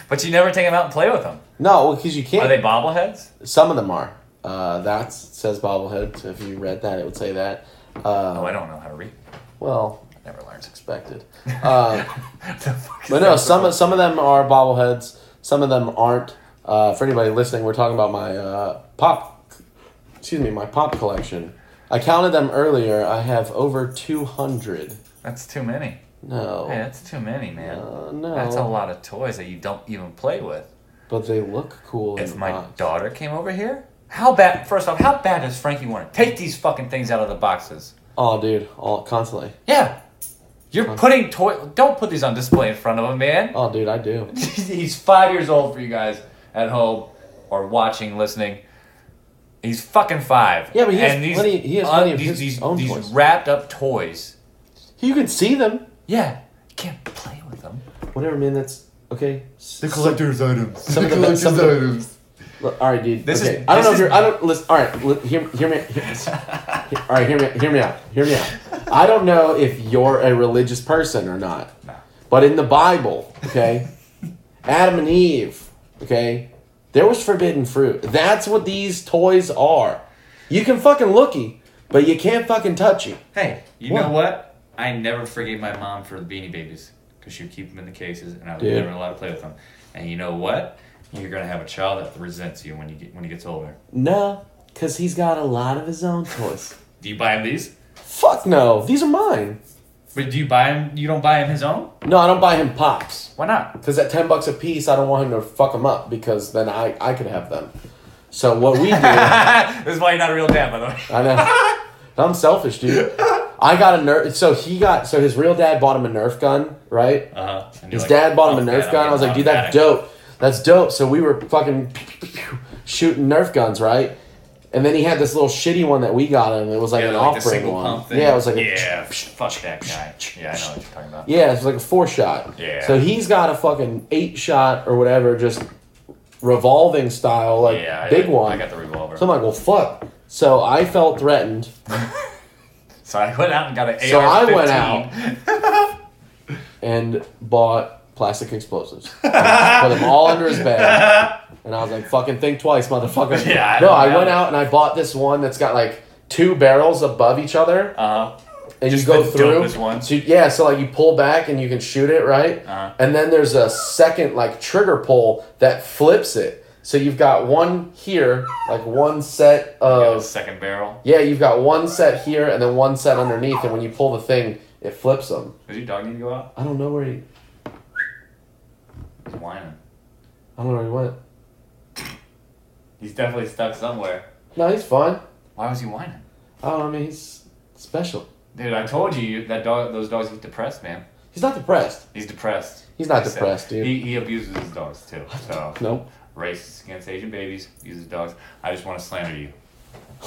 [SPEAKER 2] but you never take them out and play with them.
[SPEAKER 1] No, because you can't.
[SPEAKER 2] Are they bobbleheads?
[SPEAKER 1] Some of them are. Uh, that says bobblehead. So if you read that, it would say that.
[SPEAKER 2] Oh,
[SPEAKER 1] Uh,
[SPEAKER 2] I don't know how to read.
[SPEAKER 1] well,
[SPEAKER 2] I never learned.
[SPEAKER 1] expected. Uh,
[SPEAKER 2] The fuck is
[SPEAKER 1] but no,
[SPEAKER 2] that?
[SPEAKER 1] some of- some of them are bobbleheads. Some of them aren't. Uh, for anybody listening, we're talking about my uh, pop. Excuse me, my pop collection. I counted them earlier. I have over two hundred.
[SPEAKER 2] That's too many.
[SPEAKER 1] No,
[SPEAKER 2] Hey, that's too many, man.
[SPEAKER 1] Uh, no.
[SPEAKER 2] That's a lot of toys that you don't even play with.
[SPEAKER 1] but they look cool. in
[SPEAKER 2] If
[SPEAKER 1] the
[SPEAKER 2] my
[SPEAKER 1] box.
[SPEAKER 2] daughter came over here, how bad? First off, how bad does Frankie want to take these fucking things out of the boxes?
[SPEAKER 1] oh, dude, all constantly.
[SPEAKER 2] Yeah, you're putting toy. Don't put these on display in front of him, man.
[SPEAKER 1] Oh, dude, I do.
[SPEAKER 2] He's five years old for you guys at home or watching, listening. He's fucking five.
[SPEAKER 1] Yeah, but he has
[SPEAKER 2] and these,
[SPEAKER 1] plenty- he has
[SPEAKER 2] un-
[SPEAKER 1] plenty of
[SPEAKER 2] these,
[SPEAKER 1] his
[SPEAKER 2] these,
[SPEAKER 1] own
[SPEAKER 2] these
[SPEAKER 1] toys.
[SPEAKER 2] wrapped up toys.
[SPEAKER 1] You can see them.
[SPEAKER 2] Yeah, you can't play with them.
[SPEAKER 1] Whatever, man. That's okay.
[SPEAKER 3] The collector's items.
[SPEAKER 1] Some
[SPEAKER 3] the
[SPEAKER 1] of the-
[SPEAKER 3] collector's
[SPEAKER 1] some of the-
[SPEAKER 3] items.
[SPEAKER 1] Look, all right, dude.
[SPEAKER 2] This is-
[SPEAKER 1] okay. I don't
[SPEAKER 2] this
[SPEAKER 1] know if
[SPEAKER 2] is-
[SPEAKER 1] you're. I don't listen. All right, li- hear, hear me. Hear, all right, hear me. Hear me out. Hear me out. I don't know if you're a religious person or not,
[SPEAKER 2] No.
[SPEAKER 1] but in the Bible, okay, Adam and Eve, okay, there was forbidden fruit. That's what these toys are. You can fucking looky, but you can't fucking touchy.
[SPEAKER 6] Hey, you
[SPEAKER 1] What?
[SPEAKER 6] know what? I never forgave my mom for the Beanie Babies because she would keep them in the cases, and I was
[SPEAKER 1] Dude.
[SPEAKER 6] never allowed to play with them. And you know what? You're gonna have a child that resents you when you get when he gets older.
[SPEAKER 1] No, cause he's got a lot of his own toys.
[SPEAKER 6] Do you buy him these?
[SPEAKER 1] Fuck no, these are mine.
[SPEAKER 6] But do you buy him? You don't buy him his own?
[SPEAKER 1] No, I don't buy him pops.
[SPEAKER 6] Why not?
[SPEAKER 1] Because at 10 bucks a piece, I don't want him to fuck them up because then I, I could have them. So what we do, I
[SPEAKER 2] this is why you're not a real dad, by the way.
[SPEAKER 1] know. I'm selfish, dude. I got a Nerf. So he got, so his real dad bought him a Nerf gun, right?
[SPEAKER 6] Uh huh.
[SPEAKER 1] His dad bought him a Nerf gun. I was like, dude, that's dope. That's dope. So we were fucking shooting Nerf guns, right? And then he had this little shitty one that we got him. It was like
[SPEAKER 6] Yeah,
[SPEAKER 1] an
[SPEAKER 6] like the
[SPEAKER 1] off-brand
[SPEAKER 6] single
[SPEAKER 1] one.
[SPEAKER 6] pump thing.
[SPEAKER 1] Yeah, it was like a
[SPEAKER 2] Yeah, fuck that guy. Yeah, I know what you're talking about.
[SPEAKER 1] Yeah, it's like a four shot.
[SPEAKER 2] Yeah.
[SPEAKER 1] So he's got a fucking eight shot or whatever, just revolving style, like
[SPEAKER 2] Yeah, I-
[SPEAKER 1] big
[SPEAKER 2] I,
[SPEAKER 1] one.
[SPEAKER 2] I got the revolver.
[SPEAKER 1] so I'm like, well, fuck. So I felt threatened.
[SPEAKER 2] So I went out and got an AR.
[SPEAKER 1] So I went
[SPEAKER 2] out.
[SPEAKER 1] and bought plastic explosives. Put them all under his bed. And I was like, fucking think twice, motherfucker.
[SPEAKER 2] Yeah, I
[SPEAKER 1] no,
[SPEAKER 2] don't
[SPEAKER 1] I
[SPEAKER 2] know.
[SPEAKER 1] went out and I bought this one that's got like two barrels above each other.
[SPEAKER 6] Uh-huh.
[SPEAKER 2] Uh,
[SPEAKER 1] And you
[SPEAKER 2] Just
[SPEAKER 1] go
[SPEAKER 2] the
[SPEAKER 1] through.
[SPEAKER 2] dopest one?
[SPEAKER 1] So you- yeah, so like you pull back and you can shoot it, right?
[SPEAKER 2] Uh-huh.
[SPEAKER 1] And then there's a second like trigger pull that flips it. So you've got one here, like one set
[SPEAKER 2] got a
[SPEAKER 1] of
[SPEAKER 2] second barrel.
[SPEAKER 1] yeah, you've got one set here and then one set underneath. And when you pull the thing, it flips them.
[SPEAKER 2] Does your dog need to go out?
[SPEAKER 1] I don't know where he.
[SPEAKER 2] He's whining.
[SPEAKER 1] I don't know where he went.
[SPEAKER 2] He's definitely stuck somewhere.
[SPEAKER 1] No, he's fine.
[SPEAKER 2] Why was he whining?
[SPEAKER 1] Oh, I mean, he's special.
[SPEAKER 2] Dude, I told you you- that dog. Those dogs get depressed, man.
[SPEAKER 1] He's not depressed.
[SPEAKER 2] He's depressed.
[SPEAKER 1] He's not
[SPEAKER 2] He said-
[SPEAKER 1] depressed, dude.
[SPEAKER 2] He, he abuses his dogs too. So
[SPEAKER 1] Nope.
[SPEAKER 2] racist against Asian babies, uses dogs. I just want to slander you.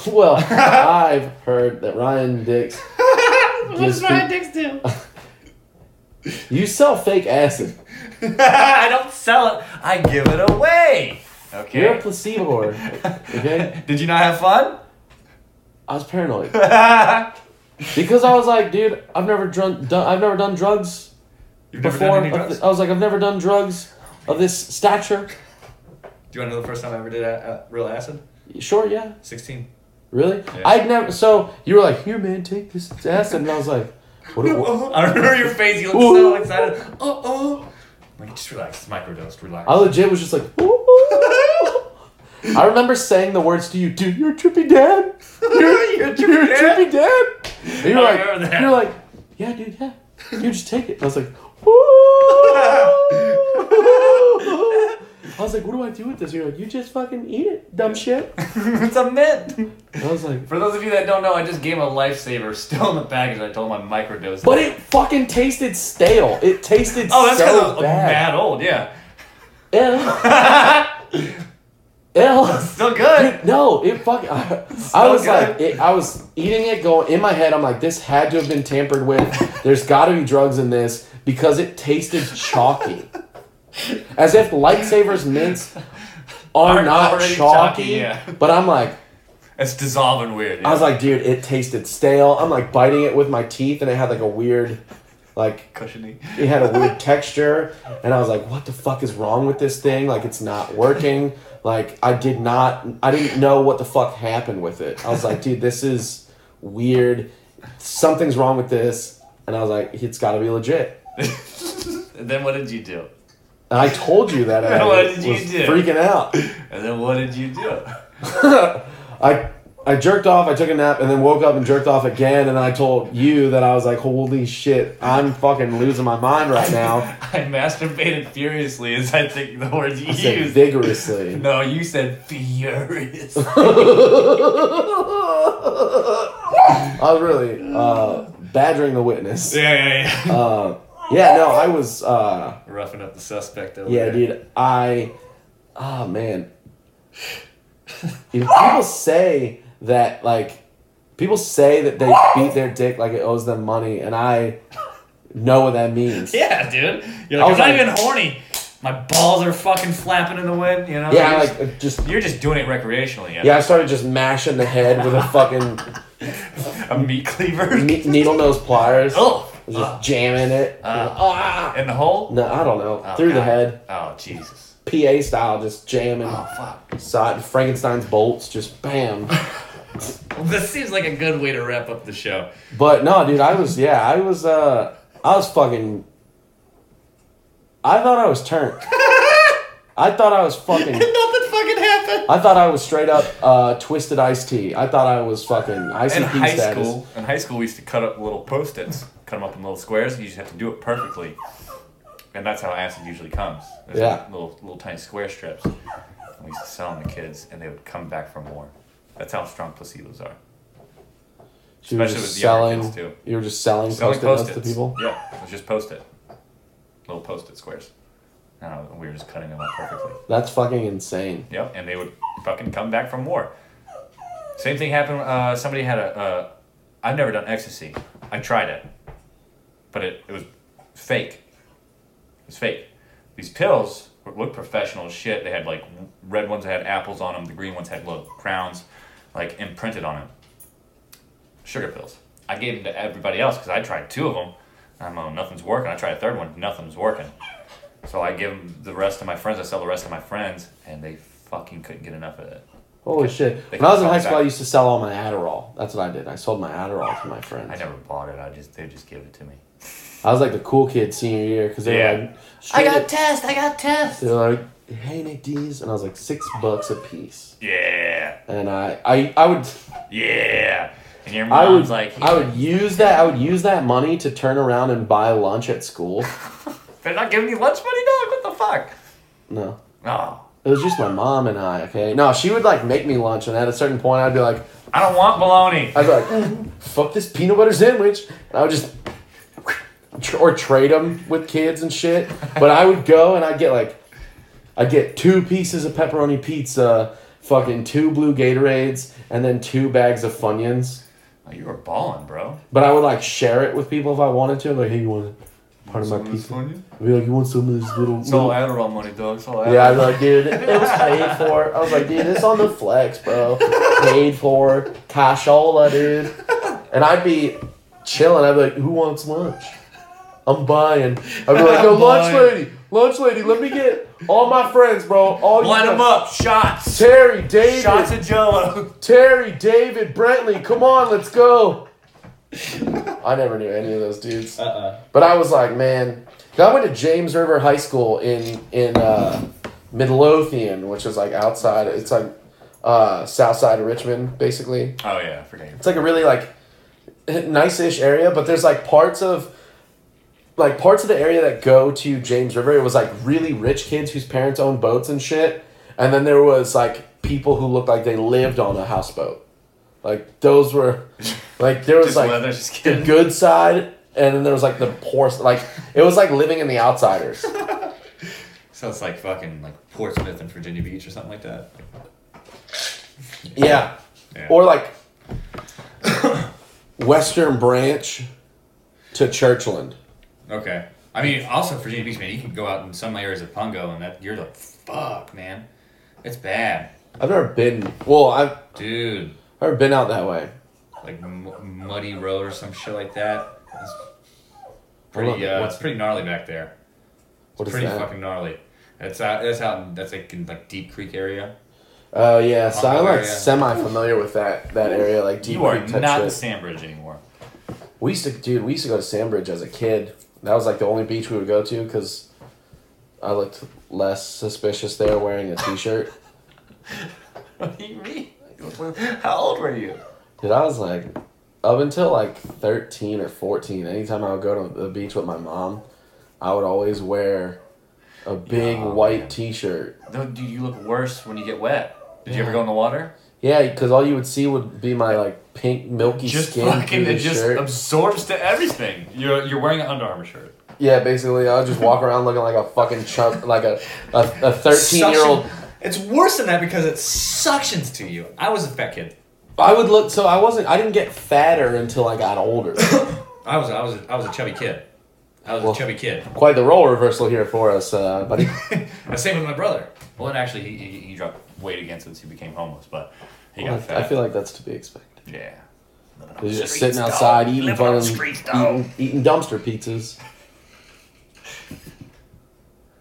[SPEAKER 1] Well, I've heard that Ryan Dix. what does Ryan Dix do? you sell fake acid.
[SPEAKER 2] I don't sell it. I give it away. Okay.
[SPEAKER 1] You're a placebo whore. Okay?
[SPEAKER 6] Did you not have fun?
[SPEAKER 1] I was paranoid because I was like, dude, I've never drunk. Done, I've never done drugs
[SPEAKER 6] You've never
[SPEAKER 1] before.
[SPEAKER 6] done any
[SPEAKER 1] of
[SPEAKER 6] drugs.
[SPEAKER 1] thi- I was like, I've never done drugs of this stature.
[SPEAKER 6] Do you want to know the first time I ever did uh, uh, real acid?
[SPEAKER 1] Sure, yeah,
[SPEAKER 6] Sixteen.
[SPEAKER 1] really. I'd never. So you were like, here, man, take this acid, and I was like, what? do-
[SPEAKER 2] Uh-huh.
[SPEAKER 1] what?
[SPEAKER 6] I remember your face. You looked so excited. Uh
[SPEAKER 2] Uh-uh.
[SPEAKER 6] oh. Like just relax. It's microdosed. Relax.
[SPEAKER 1] I legit was just like. I remember saying the words to you, dude. You're a trippy dad. You're,
[SPEAKER 6] You're a trippy
[SPEAKER 1] you're a
[SPEAKER 6] dad." Oh,
[SPEAKER 1] trippy dad. And you're
[SPEAKER 6] I remember
[SPEAKER 1] like,
[SPEAKER 6] that.
[SPEAKER 1] you're like, yeah, dude, yeah. You just take it. And I was like, "Ooh." I was like, what do I do with this? You're like, you just fucking eat it, dumb shit.
[SPEAKER 2] it's a mint.
[SPEAKER 1] And I was like,
[SPEAKER 2] For those of you that don't know, I just gave him a lifesaver still in the package. I told him I microdosed.
[SPEAKER 1] but it fucking tasted stale. It tasted
[SPEAKER 2] oh, that's because
[SPEAKER 1] so
[SPEAKER 2] I'm
[SPEAKER 1] bad.
[SPEAKER 2] bad old. Yeah,
[SPEAKER 1] Ew. Ew.
[SPEAKER 2] still good.
[SPEAKER 1] Dude, no, it fucking. I, I was
[SPEAKER 2] good.
[SPEAKER 1] like, it, I was eating it, going in my head. I'm like, this had to have been tampered with. There's got to be drugs in this because it tasted chalky, as if lightsabers mints are
[SPEAKER 2] Aren't
[SPEAKER 1] not
[SPEAKER 2] already
[SPEAKER 1] chalky.
[SPEAKER 2] chalky, yeah.
[SPEAKER 1] But I'm like,
[SPEAKER 2] It's dissolving weird.
[SPEAKER 1] I was like, dude, it tasted stale. I'm like biting it with my teeth, and it had like a weird, like
[SPEAKER 2] cushiony.
[SPEAKER 1] it had a weird texture and i was like what the fuck is wrong with this thing like it's not working like i did not i didn't know what the fuck happened with it i was like dude this is weird something's wrong with this and i was like it's got to be legit
[SPEAKER 2] and then what did you do?
[SPEAKER 1] and i told you that i
[SPEAKER 2] What did you
[SPEAKER 1] was
[SPEAKER 2] do?
[SPEAKER 1] freaking out
[SPEAKER 2] And then what did you do?
[SPEAKER 1] i I jerked off, I took a nap, and then woke up and jerked off again. And I told you that I was like, holy shit, I'm fucking losing my mind right now.
[SPEAKER 2] I masturbated furiously, is I think the word you
[SPEAKER 1] I said
[SPEAKER 2] used.
[SPEAKER 1] vigorously.
[SPEAKER 2] No, you said furious.
[SPEAKER 1] I was really uh, badgering the witness.
[SPEAKER 6] yeah, yeah, yeah.
[SPEAKER 1] Uh, yeah, no, I was. Uh,
[SPEAKER 6] Roughing up the suspect over
[SPEAKER 1] yeah,
[SPEAKER 6] there.
[SPEAKER 1] dude, I. Oh man. If people say that, like, people say that they beat their dick like it owes them money, and I know what that means.
[SPEAKER 6] Yeah, dude. You're
[SPEAKER 1] I
[SPEAKER 6] like,
[SPEAKER 1] was
[SPEAKER 6] I'm not even
[SPEAKER 1] like-
[SPEAKER 6] horny.
[SPEAKER 2] My balls are fucking flapping in the wind, you know?
[SPEAKER 1] Yeah,
[SPEAKER 2] You're
[SPEAKER 1] I,
[SPEAKER 2] just-
[SPEAKER 1] like uh, just
[SPEAKER 2] You're just doing it recreationally.
[SPEAKER 1] yeah. I started just mashing the head with a fucking
[SPEAKER 2] A meat cleaver.
[SPEAKER 1] ne- needle nose pliers.
[SPEAKER 2] oh!
[SPEAKER 1] Just jamming it.
[SPEAKER 2] Uh,
[SPEAKER 1] ah!
[SPEAKER 2] In the hole?
[SPEAKER 1] No, I don't know.
[SPEAKER 2] Oh,
[SPEAKER 1] Through the
[SPEAKER 2] God.
[SPEAKER 1] head,
[SPEAKER 2] Oh, Jesus.
[SPEAKER 1] PA style, just jamming.
[SPEAKER 2] Oh, fuck.
[SPEAKER 1] Side Frankenstein's bolts, just bam.
[SPEAKER 6] Well, this seems like a good way to wrap up the show.
[SPEAKER 1] But no, dude, I was yeah, I was uh I was fucking I thought I was turned. I thought I was fucking
[SPEAKER 6] Nothing fucking happened.
[SPEAKER 1] I thought I was straight up uh twisted iced tea. I thought I was fucking ICP
[SPEAKER 2] In high
[SPEAKER 1] status.
[SPEAKER 2] school, in high school, we used to cut up little post-its, cut them up in little squares. You just have to do it perfectly, and that's how acid usually comes. There's
[SPEAKER 1] Yeah.
[SPEAKER 2] Little little tiny square strips. And we used to sell them to kids, and they would come back for more. That's how strong placebos are.
[SPEAKER 1] You were just
[SPEAKER 2] especially with the younger
[SPEAKER 1] selling
[SPEAKER 2] kids, too.
[SPEAKER 1] you were just selling,
[SPEAKER 2] Selling
[SPEAKER 1] post-it notes
[SPEAKER 2] post-its
[SPEAKER 1] to people.
[SPEAKER 2] Yeah, it was just post-it, little post-it squares. And we were just cutting them up perfectly.
[SPEAKER 1] That's fucking insane.
[SPEAKER 2] Yep, and they would fucking come back from war. Same thing happened. Uh, somebody had a. Uh, I've never done ecstasy. I tried it, but it, it was fake. It was fake. These pills were- looked professional as shit. They had like red ones that had apples on them. The green ones had little crowns, like imprinted on them. Sugar pills. I gave them to everybody else because I tried two of them. I'm like, nothing's working. I tried a third one. Nothing's working. So I give them the rest of my friends. I sell the rest of my friends, and they fucking couldn't get enough of it.
[SPEAKER 1] Holy shit.
[SPEAKER 2] They
[SPEAKER 1] When I was in
[SPEAKER 2] can
[SPEAKER 1] high
[SPEAKER 2] sell
[SPEAKER 1] school I
[SPEAKER 2] back.
[SPEAKER 1] used to sell all my Adderall. That's what I did. I sold my Adderall to my friends.
[SPEAKER 2] I never bought it. I just they just gave it to me.
[SPEAKER 1] I was like the cool kid senior year because they
[SPEAKER 2] Yeah.
[SPEAKER 1] were like, I got test, I got test. They're like, hey Nick D's, and I was like six bucks a piece,
[SPEAKER 2] Yeah,
[SPEAKER 1] and I I, I would
[SPEAKER 2] yeah. And your
[SPEAKER 1] I would
[SPEAKER 2] mom's like,
[SPEAKER 1] I would use that I would use that money to turn around and buy lunch at school.
[SPEAKER 2] they're not giving you lunch money, dog. What the fuck?
[SPEAKER 1] No,
[SPEAKER 2] Oh,
[SPEAKER 1] it was just my mom and I. Okay, no, she would like make me lunch, and at a certain point I'd be like,
[SPEAKER 2] I don't want bologna.
[SPEAKER 1] I'd be like, "Mm, fuck this peanut butter sandwich, and I would just tr- or trade them with kids and shit. But I would go and I'd get like, I'd get two pieces of pepperoni pizza, fucking two blue Gatorades, and then two bags of Funyuns.
[SPEAKER 2] Oh, you were balling, bro.
[SPEAKER 1] But I would like share it with people if I wanted to. like, hey, you want part of my pizza? I'd be like, you want some of this little?
[SPEAKER 2] It's all
[SPEAKER 1] little-
[SPEAKER 2] Adderall money, dog. It's all Adderall.
[SPEAKER 1] yeah, I'd be like, dude, it was paid for. I was like, dude, it's on the flex, bro. Paid for. Cashola, dude. And I'd be chilling. I'd be like, who wants lunch? I'm buying. I'd be like, yo,
[SPEAKER 6] I'm
[SPEAKER 1] lunch
[SPEAKER 6] buying.
[SPEAKER 1] lady, lunch lady, let me get all my friends, bro. All
[SPEAKER 2] Line
[SPEAKER 1] you
[SPEAKER 2] them up. Shots.
[SPEAKER 1] Terry, David,
[SPEAKER 2] Shots of Jello.
[SPEAKER 1] Terry, David, Brentley, come on, let's go. I never knew any of those dudes.
[SPEAKER 6] Uh-uh.
[SPEAKER 1] But I was like, man, 'cause I went to James River High School in in uh, Midlothian, which is like outside. It's like uh, south side of Richmond, basically.
[SPEAKER 2] Oh yeah, I forgot. you.
[SPEAKER 1] It's like a really like nice-ish area, but there's like parts of like parts of the area that go to James River. It was like really rich kids whose parents owned boats and shit, and then there was like people who looked like they lived on a houseboat. Like those were like there was
[SPEAKER 2] Just
[SPEAKER 1] like
[SPEAKER 2] leather, just
[SPEAKER 1] the
[SPEAKER 2] kidding.
[SPEAKER 1] good side, and then there was like the poor. s- Like it was like living in the outsiders.
[SPEAKER 6] Sounds like fucking like Portsmouth and Virginia Beach or something like that.
[SPEAKER 1] Yeah,
[SPEAKER 6] Yeah.
[SPEAKER 1] or like Western Branch to Churchland.
[SPEAKER 6] okay. I mean, also Virginia Beach, man. You can go out in some areas of Pongo, and that you're like, fuck, man, it's bad,
[SPEAKER 1] I've never been. Well, I've
[SPEAKER 6] dude.
[SPEAKER 1] never been out that way.
[SPEAKER 6] Like m- muddy road or some shit like that. It's
[SPEAKER 1] Hold
[SPEAKER 6] pretty.
[SPEAKER 1] on,
[SPEAKER 6] Uh,
[SPEAKER 1] what's-
[SPEAKER 6] it's pretty gnarly back there.
[SPEAKER 1] What is
[SPEAKER 6] pretty
[SPEAKER 1] that?
[SPEAKER 6] fucking gnarly. It's out. That's out. in- That's like in like Deep Creek area.
[SPEAKER 1] Oh yeah, so I'm like
[SPEAKER 6] Area.
[SPEAKER 1] semi familiar with that that area, like deep
[SPEAKER 2] You are
[SPEAKER 1] creek
[SPEAKER 2] not
[SPEAKER 1] type
[SPEAKER 2] in
[SPEAKER 1] shit.
[SPEAKER 2] Sandbridge anymore.
[SPEAKER 1] We used to, dude. We used to go to Sandbridge as a kid. That was like the only beach we would go to because I looked less suspicious there wearing a t-shirt.
[SPEAKER 2] What do you mean? How old were you?
[SPEAKER 1] Dude, I was like, up until like 13 or 14, anytime I would go to the beach with my mom, I would always wear a big
[SPEAKER 2] Yeah,
[SPEAKER 1] white
[SPEAKER 2] Oh, man.
[SPEAKER 1] t shirt.
[SPEAKER 2] No, dude, you look worse when you get wet. Did you ever go in the water?
[SPEAKER 1] Yeah, because all you would see would be my like pink, milky
[SPEAKER 2] just
[SPEAKER 1] skin.
[SPEAKER 2] fucking
[SPEAKER 1] through
[SPEAKER 2] it
[SPEAKER 1] the
[SPEAKER 2] just
[SPEAKER 1] shirt.
[SPEAKER 2] absorbs to everything. You're you're wearing an Under Armour shirt.
[SPEAKER 1] yeah, basically, I would just walk around looking like a fucking chump, like a, a, a 13 year old.
[SPEAKER 6] It's worse than that because it suctions to you. I was a fat kid.
[SPEAKER 1] I would look, so I wasn't, I didn't get fatter until I got older.
[SPEAKER 6] I was I was I was a chubby kid. I was
[SPEAKER 1] Well-
[SPEAKER 6] a chubby kid.
[SPEAKER 1] Quite the role reversal here for us, uh, buddy.
[SPEAKER 2] The same with my brother. Well, and actually, he, he, he dropped weight again since he became homeless, but he got fat.
[SPEAKER 1] I feel like that's to be expected.
[SPEAKER 2] yeah. Living on
[SPEAKER 1] He's
[SPEAKER 2] the
[SPEAKER 1] just
[SPEAKER 2] streets,
[SPEAKER 1] sitting outside
[SPEAKER 2] dog.
[SPEAKER 1] eating
[SPEAKER 2] Living on the
[SPEAKER 1] fucking
[SPEAKER 2] streets, dog.
[SPEAKER 1] eating, eating dumpster pizzas.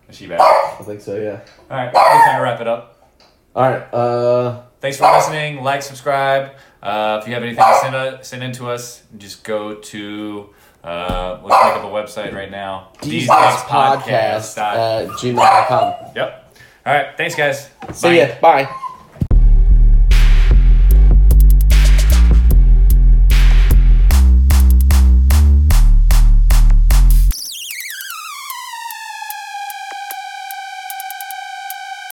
[SPEAKER 2] Is she back? All
[SPEAKER 1] I think so. Yeah.
[SPEAKER 2] right, it's time to wrap it up.
[SPEAKER 1] All right. Uh,
[SPEAKER 2] Thanks for listening. Like, subscribe. Uh, if you have anything to send, uh, send in to us, just go to, uh, let's make up a website right now.
[SPEAKER 1] D's
[SPEAKER 2] Podcast.
[SPEAKER 1] podcast at gmail.com.
[SPEAKER 2] Yep. All right. Thanks, guys.
[SPEAKER 1] See ya. Bye.